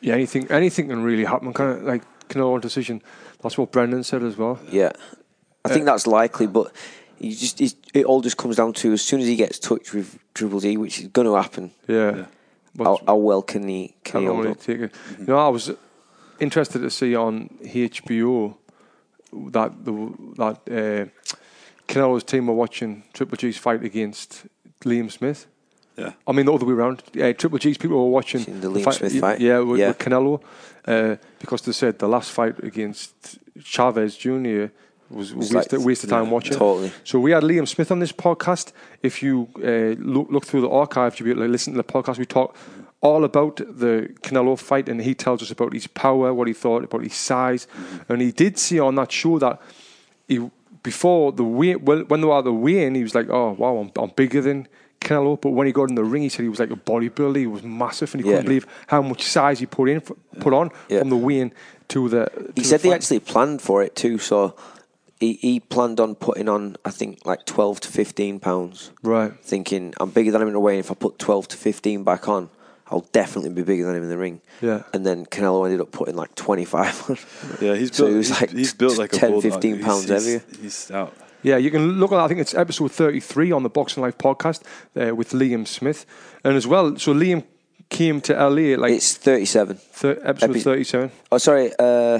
Speaker 1: Yeah, anything anything can really happen. Kind of like Canelo on decision. That's what Brendan said as well.
Speaker 2: Yeah, I think that's likely, but he just he's, it all just comes down to as soon as he gets touched with Triple D, which is going to happen.
Speaker 1: Yeah.
Speaker 3: Yeah.
Speaker 2: How,
Speaker 1: But
Speaker 2: how well can he
Speaker 1: can
Speaker 2: can he hold
Speaker 1: only
Speaker 2: up?
Speaker 1: take it.
Speaker 2: Mm-hmm.
Speaker 1: You know, I was interested to see on HBO that the that uh, Canelo's team were watching Triple G's fight against Liam Smith.
Speaker 3: yeah,
Speaker 1: I mean, the other way around. Uh, Triple G's people were watching
Speaker 2: Seen the Liam Smith fight?
Speaker 1: Yeah, with,
Speaker 2: Yeah.
Speaker 1: with Canelo, uh, because they said the last fight against Chavez Jr. was, was
Speaker 2: was
Speaker 1: a waste,
Speaker 2: like-
Speaker 1: a waste of time
Speaker 3: yeah,
Speaker 1: watching.
Speaker 2: Totally.
Speaker 1: So we had Liam Smith on this podcast. If you uh, look look through the archive, you'll be able to listen to the podcast. We talk all about the Canelo fight, and he tells us about his power, what he thought about his size,
Speaker 2: Mm-hmm.
Speaker 1: and he did see on that show that he before the weight well, when they were at the weigh-in, he was like, "Oh wow, I'm, I'm bigger than." Canelo, but when he got in the ring, he said he was like a bodybuilder. He was massive, and he
Speaker 2: Yeah.
Speaker 1: couldn't believe how much size he put in, put on
Speaker 2: Yeah.
Speaker 1: from the weigh-in to the.
Speaker 2: He
Speaker 1: to
Speaker 2: said
Speaker 1: the
Speaker 2: they
Speaker 1: fight.
Speaker 2: actually planned for it too, so he, he planned on putting on I think like twelve to fifteen pounds.
Speaker 1: right.
Speaker 2: thinking I'm bigger than him in a way. and If I put 12 to 15 back on, I'll definitely be bigger than him in the ring.
Speaker 1: Yeah.
Speaker 2: And then Canelo ended up putting like 25 on.
Speaker 3: yeah. He's built.
Speaker 2: So he was
Speaker 3: he's,
Speaker 2: like
Speaker 3: he's built like
Speaker 2: 10,
Speaker 3: a bulldog.
Speaker 2: 15
Speaker 3: He's-
Speaker 2: pounds
Speaker 3: he's,
Speaker 2: heavier.
Speaker 3: He's out.
Speaker 1: Yeah, you can look at. I think it's episode thirty-three on the Boxing Life podcast uh, with Liam Smith, and as well. So Liam came to LA like
Speaker 2: It's 37.
Speaker 1: thir- episode
Speaker 2: epi-
Speaker 1: thirty-seven.
Speaker 2: Oh, sorry. Uh,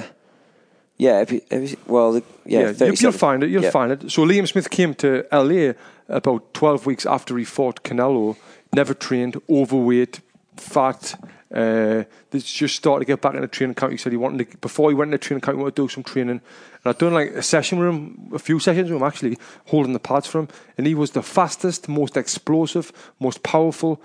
Speaker 2: yeah. Every, every, well, the, yeah.
Speaker 1: you- you'll,
Speaker 2: 37.
Speaker 1: find it. You'll
Speaker 2: Yeah.
Speaker 1: find it. So Liam Smith came to LA about twelve weeks after he fought Canelo. Never trained, overweight, fat. Uh, this just started to get back into training camp. He said he wanted to, before he went into training camp, he wanted to do some training. And I'd done like a session with him, a few sessions with him actually, holding the pads for him. And he was the fastest, most explosive, most powerful,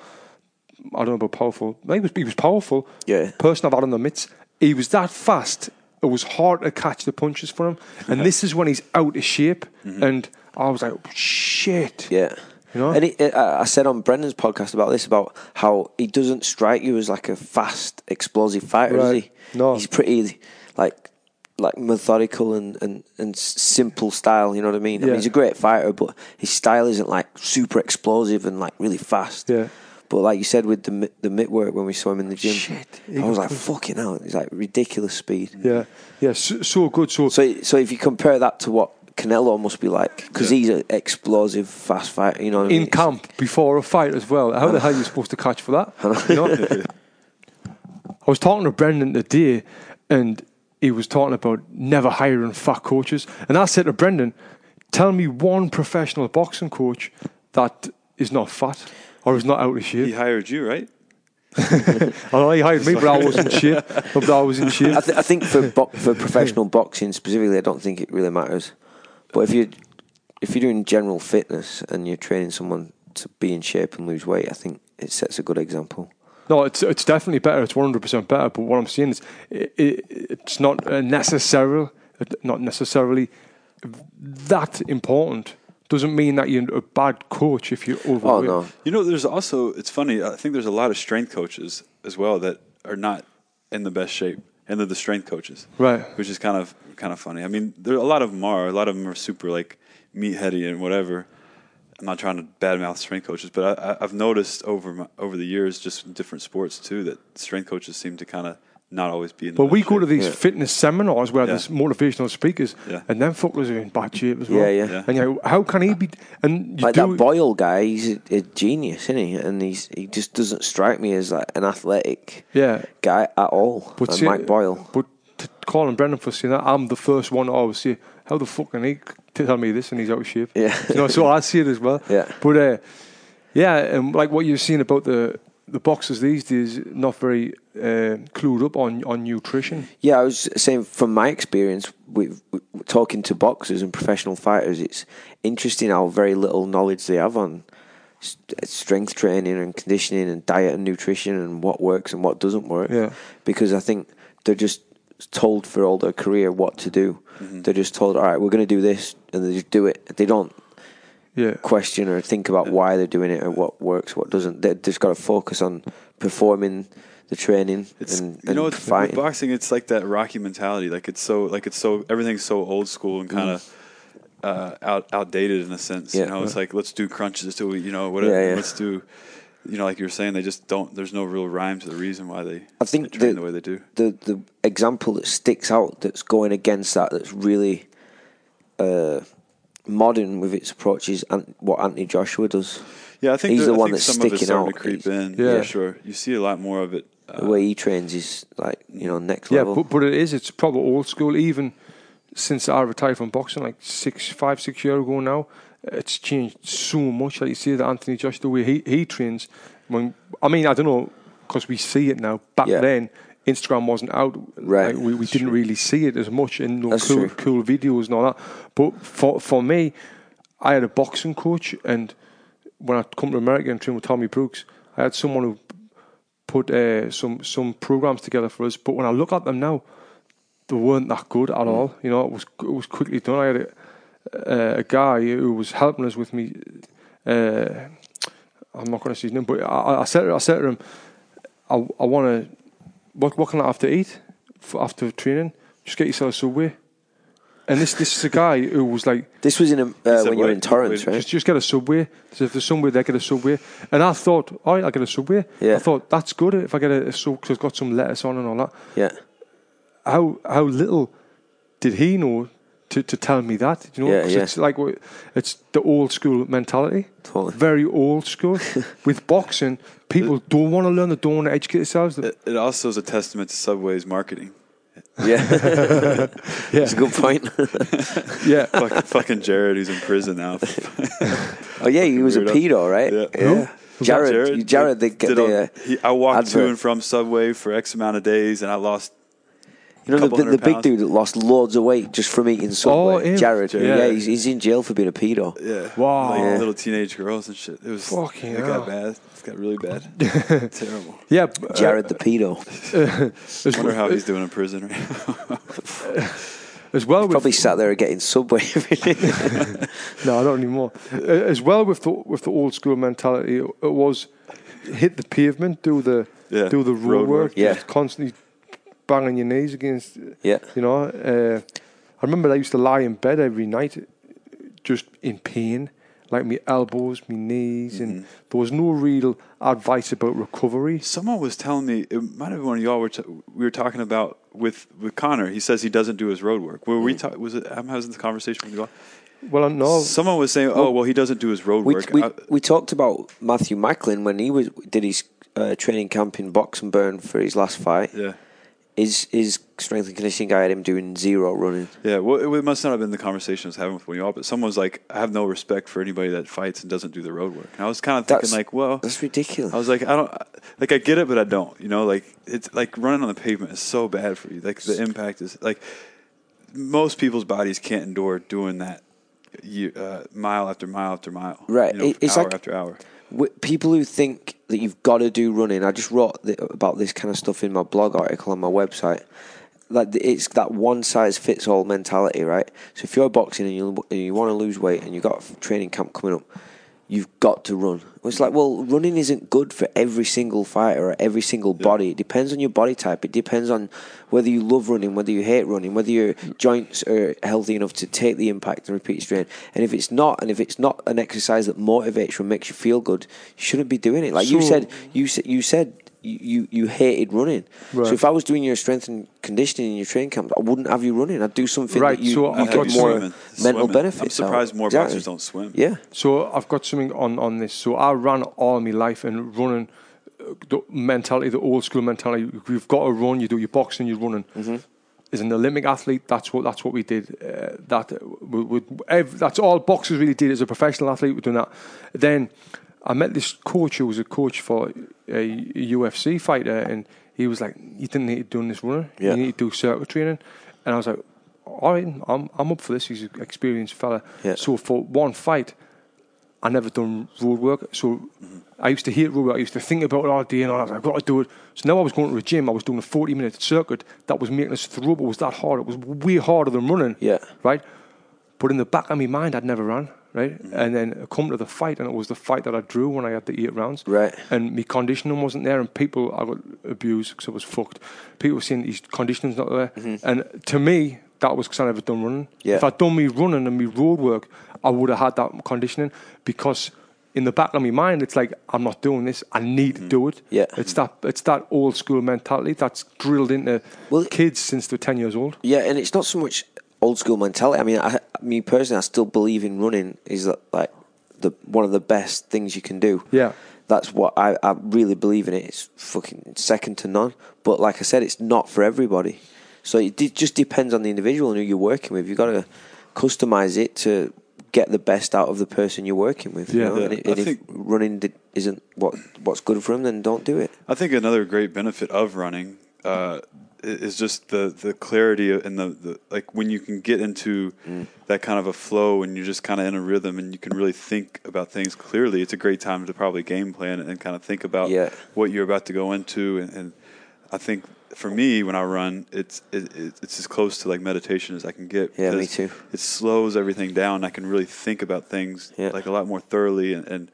Speaker 1: I don't know about powerful. He was, he was powerful.
Speaker 2: Yeah.
Speaker 1: Person I've had on the mitts. He was that fast. It was hard to catch the punches for him. And this is when he's out of shape. And I was like, shit.
Speaker 2: Yeah.
Speaker 1: You know?
Speaker 2: And he, uh, I I said on Brendan's podcast about this about how he doesn't strike you as like a fast, explosive fighter, does
Speaker 1: Right.
Speaker 2: he?
Speaker 1: No.
Speaker 2: He's pretty like like methodical and, and, and s- simple style. You know what I mean? I mean?
Speaker 1: Yeah.
Speaker 2: He's a great fighter, but his style isn't like super explosive and like really fast.
Speaker 1: Yeah.
Speaker 2: But like you said with the mi- the mitt work when we saw him in the gym,
Speaker 1: Shit.
Speaker 2: I was like fucking hell. He's like ridiculous speed.
Speaker 1: Yeah. Yeah. So, so good. So,
Speaker 2: So, so if you compare that to what Canelo must be like, because he's an explosive, fast fighter. You know, what I mean?
Speaker 1: in
Speaker 2: It's-
Speaker 1: camp before a fight as well. How the hell are you supposed to catch for that? You know? I was talking to Brendan today, and he was talking about never hiring fat coaches. And I said to Brendan, "Tell me one professional boxing coach that is not fat or is not out of
Speaker 3: He
Speaker 1: shape."
Speaker 3: hired you, right?
Speaker 1: I know he hired me, but I was in shape. But I was in shape.
Speaker 2: I, th- I think for bo- for professional boxing specifically, I don't think it really matters. But if you if you're doing general fitness and you're training someone to be in shape and lose weight, I think it sets a good example.
Speaker 1: No, it's it's definitely better. It's one hundred percent better. But what I'm saying is, it, it, it's not uh, necessarily not necessarily that important. Doesn't mean that you're a bad coach if you're overweight.
Speaker 2: Oh no,
Speaker 3: You know, there's also it's funny. I think there's a lot of strength coaches as well that are not in the best shape, and they're the strength coaches,
Speaker 1: Right.
Speaker 3: Which is kind of kind of funny. I mean, there a lot of them are. A lot of them are super like meat heady and whatever. I'm not trying to badmouth strength coaches, but I, I, I've noticed over my, over the years, just in different sports too, that strength coaches seem to kind of not always be in. the
Speaker 1: But we
Speaker 3: best
Speaker 1: go to
Speaker 3: shape.
Speaker 1: these
Speaker 2: Yeah.
Speaker 1: fitness seminars where
Speaker 3: Yeah.
Speaker 1: there's motivational speakers,
Speaker 3: Yeah.
Speaker 1: and them fuckers are in bad shape as well.
Speaker 2: Yeah, yeah.
Speaker 3: Yeah.
Speaker 1: And you know, how can he be? And you
Speaker 2: like
Speaker 1: do
Speaker 2: that Boyle guy, he's a, a genius, isn't he? And he's he just doesn't strike me as like an athletic
Speaker 1: Yeah.
Speaker 2: guy at all.
Speaker 1: But
Speaker 2: like
Speaker 1: see-
Speaker 2: Mike Boyle.
Speaker 1: But t- Colin Brennan for saying that, I'm the first one to always say, how the fuck can he tell me this and he's out of shape?
Speaker 2: Yeah.
Speaker 1: you know, so I see it as well.
Speaker 2: Yeah.
Speaker 1: But uh, yeah, and like what you're seeing about the the boxers these days, not very uh, clued up on on nutrition.
Speaker 2: Yeah, I was saying from my experience with, with talking to boxers and professional fighters, it's interesting how very little knowledge they have on s- strength training and conditioning and diet and nutrition and what works and what doesn't work.
Speaker 1: Yeah.
Speaker 2: Because I think they're just told for all their career what to do.
Speaker 3: Mm-hmm.
Speaker 2: They're just told, all right, we're going to do this, and they just do it. They don't
Speaker 1: Yeah.
Speaker 2: question or think about why they're doing it or what works, what doesn't. They've just got to focus on performing the training
Speaker 3: It's
Speaker 2: and,
Speaker 3: you know
Speaker 2: and
Speaker 3: it's, with
Speaker 2: fighting.
Speaker 3: boxing. It's like that Rocky mentality. Like it's so like it's so everything's so old school and kind of uh, out outdated in a sense.
Speaker 2: Mm. Yeah. uh-huh.
Speaker 3: You know, it's like let's do crunches, let's do you know whatever,
Speaker 2: Yeah, yeah.
Speaker 3: let's do. You know, like you're saying, they just don't. There's no real rhyme to the reason why they.
Speaker 2: I think
Speaker 3: they train
Speaker 2: the-
Speaker 3: the, way they do.
Speaker 2: the the example that sticks out that's going against that that's really uh, modern with its approach is Ant- what Anthony Joshua does.
Speaker 3: Yeah, I think
Speaker 2: he's
Speaker 3: that-
Speaker 2: the
Speaker 3: I
Speaker 2: one
Speaker 3: think
Speaker 2: that's
Speaker 3: some of it's
Speaker 2: sticking
Speaker 3: starting
Speaker 2: out.
Speaker 3: to creep
Speaker 2: He's-
Speaker 3: in.
Speaker 1: Yeah.
Speaker 3: for sure. You see a lot more of it. Uh,
Speaker 2: The way he trains is like you know next
Speaker 1: Yeah,
Speaker 2: level.
Speaker 1: but, but it is. It's probably old school. Even since I retired from boxing, like six, five, six years ago now, it's changed so much. Like you see the Anthony Joshua the way he, he trains. When I mean, I don't know because we see it now. Back
Speaker 2: Yeah.
Speaker 1: then, Instagram wasn't out.
Speaker 2: Right.
Speaker 1: Like, we we didn't really see it as much in no
Speaker 2: That's
Speaker 1: cool,
Speaker 2: true.
Speaker 1: cool videos and all that. But for for me, I had a boxing coach, and when I come to America and train with Tommy Brooks, I had someone who put uh, some some programs together for us. But when I look at them now, they weren't that good at all. You know, it was it was quickly done. I had a, uh, a guy who was helping us with me. Uh, I'm not going to say his name, but I, I said I said to him, I, I want to. What what can I have to eat for after training? Just get yourself a subway. And this this is a guy who was like
Speaker 2: this was in a, uh,
Speaker 3: said
Speaker 2: when you were
Speaker 3: wait-
Speaker 2: in Torrance,
Speaker 3: wait,
Speaker 2: right?
Speaker 1: just just get a subway. So if there's somewhere there, get a subway. And I thought, all right, I'll get a subway.
Speaker 2: Yeah.
Speaker 1: I thought that's good if I get a, a sub because it's got some lettuce on and all that.
Speaker 2: yeah,
Speaker 1: How how little did he know to, to tell me that? You know,
Speaker 2: Yeah,
Speaker 1: 'Cause
Speaker 2: yeah.
Speaker 1: it's like wh- it's the old school mentality.
Speaker 2: Totally.
Speaker 1: Very old school. With boxing, people don't want to learn. They don't want to educate themselves.
Speaker 2: Uh,
Speaker 3: it, it also is a testament to Subway's marketing.
Speaker 2: yeah.
Speaker 1: Yeah,
Speaker 2: That's a good point.
Speaker 1: yeah.
Speaker 3: fucking, fucking Jared, who's in prison now.
Speaker 2: oh yeah, he was a
Speaker 3: Weirdo.
Speaker 2: pedo, right?
Speaker 3: Yeah.
Speaker 2: Jared, Jared, they
Speaker 3: did-
Speaker 2: get
Speaker 3: did
Speaker 2: the.
Speaker 3: all-
Speaker 2: uh,
Speaker 3: he- I walked
Speaker 2: advert.
Speaker 3: to and from Subway for X amount of days, and I lost.
Speaker 2: You know
Speaker 3: couple
Speaker 2: the, the
Speaker 3: hundred
Speaker 2: big
Speaker 3: pounds.
Speaker 2: dude that lost loads of weight just from eating Subway,
Speaker 1: him.
Speaker 2: Jared.
Speaker 1: Jared.
Speaker 2: Yeah, he's, he's in jail for being a pedo.
Speaker 3: Yeah,
Speaker 1: Wow.
Speaker 3: like
Speaker 1: Yeah.
Speaker 3: little teenage girls and shit. It was
Speaker 1: Fucking
Speaker 3: It
Speaker 1: hell.
Speaker 3: got bad. It got really bad. Terrible.
Speaker 1: yeah. b- uh,
Speaker 2: Jared the pedo.
Speaker 1: as,
Speaker 3: I wonder how
Speaker 1: as,
Speaker 3: he's doing in prison right now.
Speaker 1: as well. with-
Speaker 2: Probably sat there getting Subway every day.
Speaker 1: No, not anymore. A- As well with the with the old school mentality, it was hit the pavement, do the
Speaker 3: Yeah,
Speaker 1: do the road, work,
Speaker 3: road work.
Speaker 2: Yeah.
Speaker 1: just constantly banging your knees against.
Speaker 2: Yeah.
Speaker 1: you know. Uh, I remember I used to lie in bed every night, just in pain, like my elbows, my knees, and
Speaker 2: Mm-hmm.
Speaker 1: there was no real advice about recovery.
Speaker 3: Someone was telling me it might have been one of y'all were t- we were talking about with with Connor. He says he doesn't do his road work. Were
Speaker 2: Mm.
Speaker 3: we ta- was it, I'm having this conversation with y'all.
Speaker 1: Well, no,
Speaker 3: Someone was saying, "Oh, well, he doesn't do his road
Speaker 2: We,
Speaker 3: work."
Speaker 2: we,
Speaker 3: I-
Speaker 2: we talked about Matthew Macklin when he was did his uh, training camp in Boxenburn for his last fight.
Speaker 3: yeah,
Speaker 2: His his strength and conditioning guy had him doing zero running.
Speaker 3: yeah. Well, it, it must not have been the conversation I was having with one of y'all, but someone was like, "I have no respect for anybody that fights and doesn't do the road work." And I was kind of thinking,
Speaker 2: That's
Speaker 3: like, "Well,
Speaker 2: that's ridiculous.
Speaker 3: I was like, I don't like I get it, but I don't. You know, like it's like running on the pavement is so bad for you. Like the impact is like most people's bodies can't endure doing that year, uh, mile after mile after mile.
Speaker 2: Right.
Speaker 3: You know,
Speaker 2: It- it's
Speaker 3: hour
Speaker 2: like-
Speaker 3: after hour.
Speaker 2: Wi- people who think that you've got to do running, I just wrote th- about this kind of stuff in my blog article on my website. Like th- it's that one size fits all mentality, right? So if you're boxing and you and you want to lose weight and you've got a f- training camp coming up, you've got to run. It's like, well, running isn't good for every single fighter or every single body. It depends on your body type. It depends on whether you love running, whether you hate running, whether your joints are healthy enough to take the impact and repeat strain. And if it's not, and if it's not an exercise that motivates you and makes you feel good, you shouldn't be doing it. Like you
Speaker 1: So-
Speaker 2: said, you said, you said. You, you, you hated running.
Speaker 1: Right.
Speaker 2: So if I was doing your strength and conditioning in your training camp, I wouldn't have you running. I'd do something
Speaker 1: Right,
Speaker 2: that you
Speaker 1: so
Speaker 2: so
Speaker 1: I'll
Speaker 3: I'd
Speaker 1: I've got
Speaker 3: have
Speaker 2: get
Speaker 3: you
Speaker 2: more
Speaker 3: swimming.
Speaker 2: mental
Speaker 3: Swimming.
Speaker 2: benefits.
Speaker 3: I'm
Speaker 2: out of.
Speaker 3: surprised more
Speaker 2: Exactly.
Speaker 3: boxers don't swim.
Speaker 2: Yeah.
Speaker 1: So I've got something on, on this. So I ran all my life and running uh, the mentality, the old school mentality. You've got to run. You do your boxing. You're running.
Speaker 2: Mm-hmm.
Speaker 1: As an Olympic athlete, that's what that's what we did. Uh, that uh, we, we, ev- that's all boxers really did as a professional athlete. We're doing that. Then I met this coach who was a coach for a UFC fighter, and he was like, "You didn't need to do this running.
Speaker 2: Yeah.
Speaker 1: You need to do circuit training." And I was like, "All right, I'm I'm up for this." He's an experienced fella.
Speaker 2: Yeah.
Speaker 1: So for one fight, I never done road work, so I used to hate road work. I used to think about it all day, and I was like, I've got to do it. So now I was going to the gym. I was doing a forty-minute circuit that was making us throw up. It was that hard. It was way harder than running.
Speaker 2: Yeah.
Speaker 1: Right. But in the back of my mind, I'd never run. Right. And then I come to the fight, and it was the fight that I drew when I had the eight rounds.
Speaker 2: Right.
Speaker 1: And my conditioning wasn't there, and people I got abused because I was fucked. People were saying his conditioning's not there, and to me. That was because I never done running.
Speaker 2: Mm-hmm. Yeah.
Speaker 1: If I'd done me running and me road work, I would have had that conditioning because in the back of my mind, it's like I'm not doing this. I need to do it.
Speaker 2: Mm-hmm. Yeah.
Speaker 1: It's that it's that old school mentality that's drilled into
Speaker 2: Well-
Speaker 1: kids since they're ten years old.
Speaker 2: Yeah, and it's not so much old school mentality. I mean, I, me personally, I still believe in running is that like the one of the best things you can do.
Speaker 1: Yeah.
Speaker 2: that's what I, I really believe in. It. It's fucking second to none. But like I said, it's not for everybody. So it de- just depends on the individual and who you're working with. You've got to customize it to get the best out of the person you're working with. you
Speaker 1: Yeah.
Speaker 2: know?
Speaker 1: Yeah,
Speaker 2: and, it-
Speaker 3: I
Speaker 2: and if
Speaker 3: think-
Speaker 2: running di- isn't what what's good for them, then don't do it.
Speaker 3: I think another great benefit of running uh, i- is just the the clarity and the, the like when you can get into
Speaker 2: Mm.
Speaker 3: that kind of a flow and you're just kind of in a rhythm and you can really think about things clearly. It's a great time to probably game plan and kind of think about
Speaker 2: Yeah.
Speaker 3: what you're about to go into. And, and I think for me, when I run, it's it, it- it's as close to like meditation as I can get.
Speaker 2: Yeah, me
Speaker 3: because
Speaker 2: too.
Speaker 3: It slows everything down. I can really think about things
Speaker 2: Yeah.
Speaker 3: like a lot more thoroughly and. and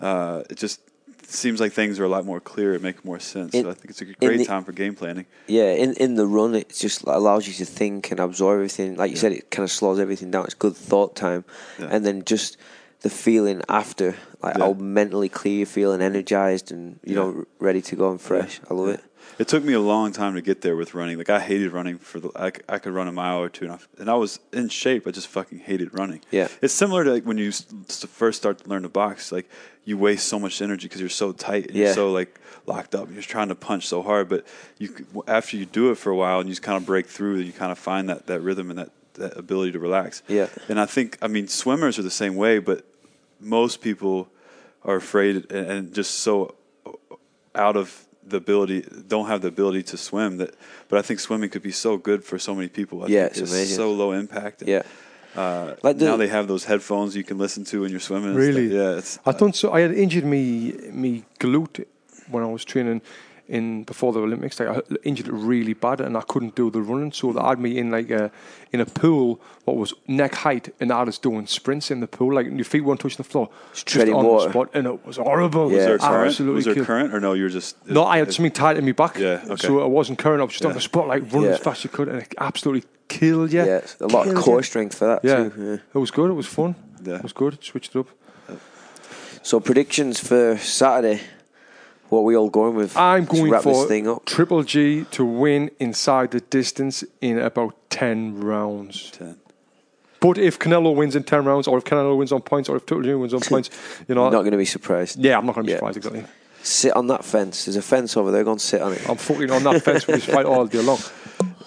Speaker 3: uh, it just seems like things are a lot more clear and make more sense.
Speaker 2: In-
Speaker 3: so I think it's a
Speaker 2: in
Speaker 3: great
Speaker 2: the-
Speaker 3: time for game planning.
Speaker 2: Yeah, in in the run, it just allows you to think and absorb everything. Like you said, it kind of slows everything down. It's good thought time,
Speaker 3: Yeah.
Speaker 2: and then just the feeling after, like
Speaker 3: Yeah.
Speaker 2: how mentally clear you feel and energized, and you know,
Speaker 3: Yeah.
Speaker 2: r- ready to go and fresh. I love it.
Speaker 3: It took me a long time to get there with running. Like I hated running for the. I, c- I could run a mile or two, and I, and I was in shape. I just fucking hated running.
Speaker 2: Yeah.
Speaker 3: it's similar to like when you s- s- first start to learn to box. Like you waste so much energy because you're so tight and
Speaker 2: Yeah.
Speaker 3: you're so like locked up. and You're trying to punch so hard, but you c- w- after you do it for a while and you just kind of break through, you kind of find that that rhythm and that that ability to relax.
Speaker 2: Yeah.
Speaker 3: and I think I mean swimmers are the same way, but most people are afraid and, and just so out of the ability don't have the ability to swim that but I think swimming could be so good for so many people. I
Speaker 2: Yeah,
Speaker 3: think
Speaker 2: it's amazing.
Speaker 3: so low impact. and,
Speaker 2: Yeah,
Speaker 3: Uh,
Speaker 2: Like the-
Speaker 3: now they have those headphones you can listen to when you're swimming. and
Speaker 1: Really?
Speaker 3: stuff. Yeah. It's, uh,
Speaker 1: I done so. I had injured me me glute when I was training in before the Olympics. Like I injured it really bad, and I couldn't do the running. So they had me in like a in a pool what was neck height, and I was doing sprints in the pool. Like your feet weren't touching the floor, just
Speaker 2: treading
Speaker 1: on
Speaker 2: water.
Speaker 1: the spot, and it was horrible.
Speaker 2: Was
Speaker 3: was
Speaker 2: Yeah,
Speaker 3: there current?
Speaker 1: absolutely
Speaker 3: was there
Speaker 1: killed.
Speaker 3: current or no? You're just
Speaker 1: No, I had something tied in my back.
Speaker 3: Yeah, okay.
Speaker 1: So I wasn't current. I was just on the spot, like running
Speaker 2: Yeah.
Speaker 1: as fast as you could, and it absolutely killed you.
Speaker 2: yeah, it's a lot of
Speaker 1: Killed
Speaker 2: core
Speaker 1: you.
Speaker 2: strength for that
Speaker 1: Yeah.
Speaker 2: too. Yeah.
Speaker 1: it was good. It was fun.
Speaker 3: Yeah.
Speaker 1: It was good. Switched it up.
Speaker 2: So predictions for Saturday. What are we all going with?
Speaker 1: I'm
Speaker 2: Let's
Speaker 1: going
Speaker 2: wrap
Speaker 1: for
Speaker 2: this thing up.
Speaker 1: Triple G to win inside the distance in about 10 rounds.
Speaker 3: Ten.
Speaker 1: But if Canelo wins in 10 rounds, or if Canelo wins on points, or if Triple G wins on points, you know.
Speaker 2: Not going to be surprised.
Speaker 1: yeah, I'm not going to be
Speaker 2: Yeah.
Speaker 1: surprised exactly.
Speaker 2: Sit on that fence. There's a fence over there. Go and sit on it.
Speaker 3: Oh.
Speaker 1: I'm fucking on that fence with this fight all day long.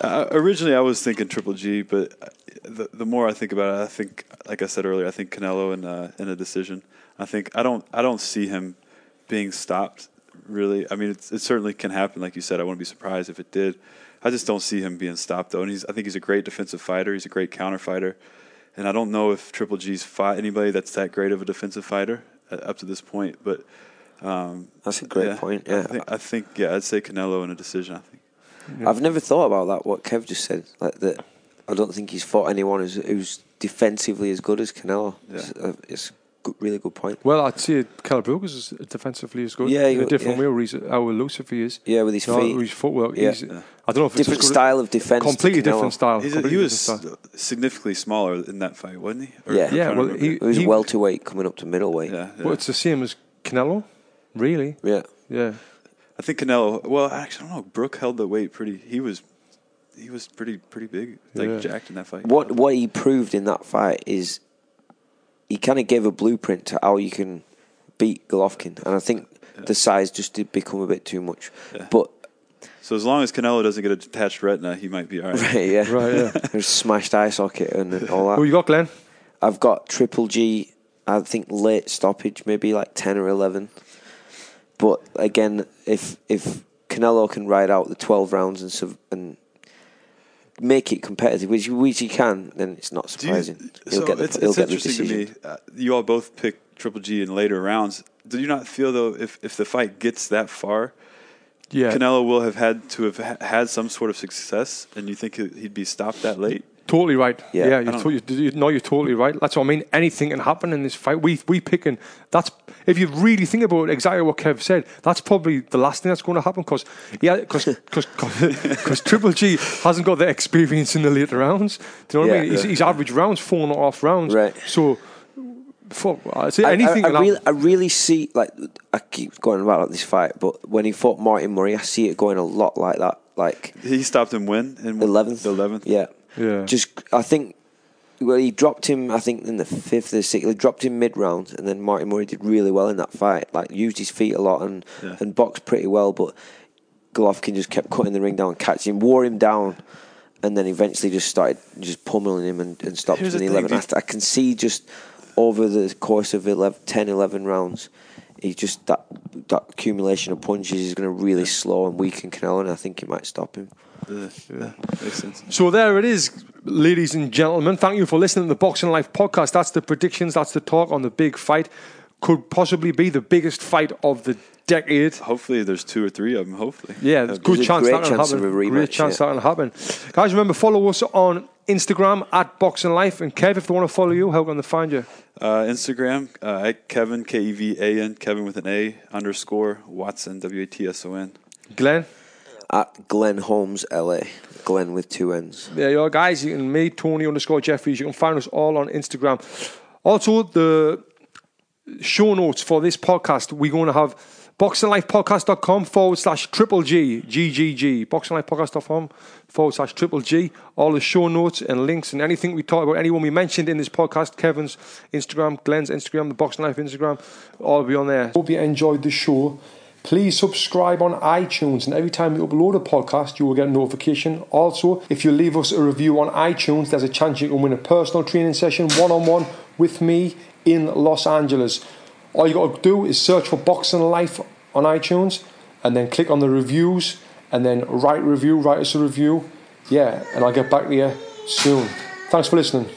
Speaker 3: Uh, originally, I was thinking Triple G, but uh, the, the more I think about it, I think, like I said earlier, I think Canelo in uh, in a decision. I think I don't I don't see him being stopped. Really, I mean, it's, it certainly can happen. Like you said, I wouldn't be surprised if it did. I just don't see him being stopped though, and he's I think he's a great defensive fighter. He's a great counter fighter, and I don't know if Triple G's fought anybody that's that great of a defensive fighter uh, up to this point. But
Speaker 2: That's a great
Speaker 3: yeah,
Speaker 2: point.
Speaker 3: I
Speaker 2: Yeah,
Speaker 3: think, I think yeah, I'd say Canelo in a decision. I think.
Speaker 2: I've never thought about that. What Kev just said, like that, I don't think he's fought anyone who's, who's defensively as good as Canelo. It's,
Speaker 3: Yeah.
Speaker 2: uh, it's good, really good point.
Speaker 1: Well, I'd say Kell Brookers is defensively as good.
Speaker 2: Yeah,
Speaker 1: in
Speaker 2: you-
Speaker 1: a different
Speaker 2: yeah.
Speaker 1: way. Where he's, how elusive he is.
Speaker 2: Yeah, with his
Speaker 1: You know,
Speaker 2: feet.
Speaker 1: with his footwork.
Speaker 2: Yeah.
Speaker 1: He's, I don't know if
Speaker 2: Different
Speaker 1: it's just
Speaker 2: style of defense. to
Speaker 1: Completely
Speaker 2: Canelo.
Speaker 1: different style.
Speaker 3: He's a,
Speaker 1: completely
Speaker 3: he was
Speaker 1: different style.
Speaker 3: significantly smaller in that fight, wasn't he? Or-
Speaker 2: Yeah.
Speaker 3: I'm
Speaker 1: Yeah,
Speaker 3: trying to
Speaker 1: well,
Speaker 3: remember.
Speaker 1: he-
Speaker 2: It was welterweight coming up to middleweight.
Speaker 3: yeah, yeah.
Speaker 1: Well, it's the same as Canelo, really.
Speaker 2: Yeah.
Speaker 1: Yeah.
Speaker 3: I think Canelo. Well, actually, I don't know. Brooke held the weight pretty. He was, he was pretty pretty big, like
Speaker 1: Yeah.
Speaker 3: jacked in that fight.
Speaker 2: What what he proved in that fight is he kind of gave a blueprint to how you can beat Golovkin, and I think the size just did become a bit too much. But
Speaker 3: So as long as Canelo doesn't get a detached retina, he might be all right.
Speaker 2: right, yeah,
Speaker 1: Right, yeah.
Speaker 2: There's smashed eye socket and all that.
Speaker 1: Who you got, Glenn?
Speaker 2: I've got Triple G. I think late stoppage, maybe like ten or eleven. But again, if if Canelo can ride out the twelve rounds and sub- and make it competitive, which which he can, then it's not
Speaker 3: Do you-
Speaker 2: surprising. he'll
Speaker 3: so
Speaker 2: get the,
Speaker 3: it's,
Speaker 2: he'll
Speaker 3: it's
Speaker 2: get the
Speaker 3: interesting
Speaker 2: decision.
Speaker 3: to me. Uh, you all both picked Triple G in later rounds. Do you not feel though if if the fight gets that far,
Speaker 1: Yeah.
Speaker 3: Canelo will have had to have ha- had some sort of success, and you think he- he'd be stopped that late?
Speaker 1: Totally right.
Speaker 2: Yeah,
Speaker 1: Yeah,
Speaker 2: I
Speaker 1: you're,
Speaker 3: don't-
Speaker 1: to, you're, you no, you're totally right. That's what I mean. Anything can happen in this fight. We we picking. That's if you really think about exactly what Kev said. That's probably the last thing that's going to happen because yeah, because Triple G hasn't got the experience in the later rounds. Do you know what
Speaker 2: Yeah.
Speaker 1: I mean? He's, he's average rounds four and a half rounds.
Speaker 2: Right.
Speaker 1: So, fuck, I'd say
Speaker 2: I- I-
Speaker 1: anything.
Speaker 2: I,
Speaker 1: can
Speaker 2: really,
Speaker 1: happen.
Speaker 2: I really see like I keep going about this fight, but when he fought Martin Murray, I see it going a lot like that. Like
Speaker 3: He stopped him when in
Speaker 2: eleventh,
Speaker 3: the eleventh.
Speaker 2: yeah,
Speaker 1: Yeah.
Speaker 2: Just I think well, he dropped him. I think in the fifth or sixth, he dropped him mid round, and then Martin Murray did really well in that fight. Like used his feet a lot and
Speaker 3: Yeah.
Speaker 2: and boxed pretty well, but Golovkin just kept cutting the ring down, catching him, wore him down. And then eventually just started just pummeling him and, and stopped
Speaker 3: Here's
Speaker 2: him in
Speaker 3: the
Speaker 2: the
Speaker 3: thing,
Speaker 2: 11th.
Speaker 3: do you-
Speaker 2: I I can see just over the course of 11, 10, 11 rounds, he just that that accumulation of punches is going to really slow and weaken Canelo, and I think it might stop him.
Speaker 3: Yeah, yeah, makes sense.
Speaker 1: So there it is, ladies and gentlemen. Thank you for listening to the Boxing Life podcast. That's the predictions. That's the talk on the big fight. Could possibly be the biggest fight of the decade.
Speaker 3: Hopefully, there's two or three of them. Hopefully,
Speaker 1: Yeah, there's good
Speaker 2: There's a
Speaker 1: chance
Speaker 2: great
Speaker 1: that will
Speaker 2: chance
Speaker 1: happen.
Speaker 2: of a rematch,
Speaker 1: great chance
Speaker 2: yeah.
Speaker 1: that will happen. Guys, remember follow us on Instagram at Boxing Life and Kev. If they want to follow you, how can they find you?
Speaker 3: Uh, Instagram uh, at Kevin K E V A N Kevin with an A underscore Watson W A T S O N.
Speaker 1: Glenn.
Speaker 2: At Glenn Holmes, LA, Glenn with two N's.
Speaker 1: There you are, guys. You can me, Tony underscore Jeffries. You can find us all on Instagram. Also, the show notes for this podcast, we're going to have boxinglifepodcast.com forward slash triple G, GGG, boxinglifepodcast.com forward slash triple G. All the show notes and links and anything we talk about, anyone we mentioned in this podcast, Kevin's Instagram, Glenn's Instagram, the Boxing Life Instagram, all be on there. Hope you enjoyed the show. Please subscribe on iTunes, and every time we upload a podcast, you will get a notification. Also, if you leave us a review on iTunes, there's a chance you can win a personal training session one on one with me in Los Angeles. All you got to do is search for Boxing Life on iTunes and then click on the reviews and then write review, write us a review. Yeah, and I'll get back to you soon. Thanks for listening.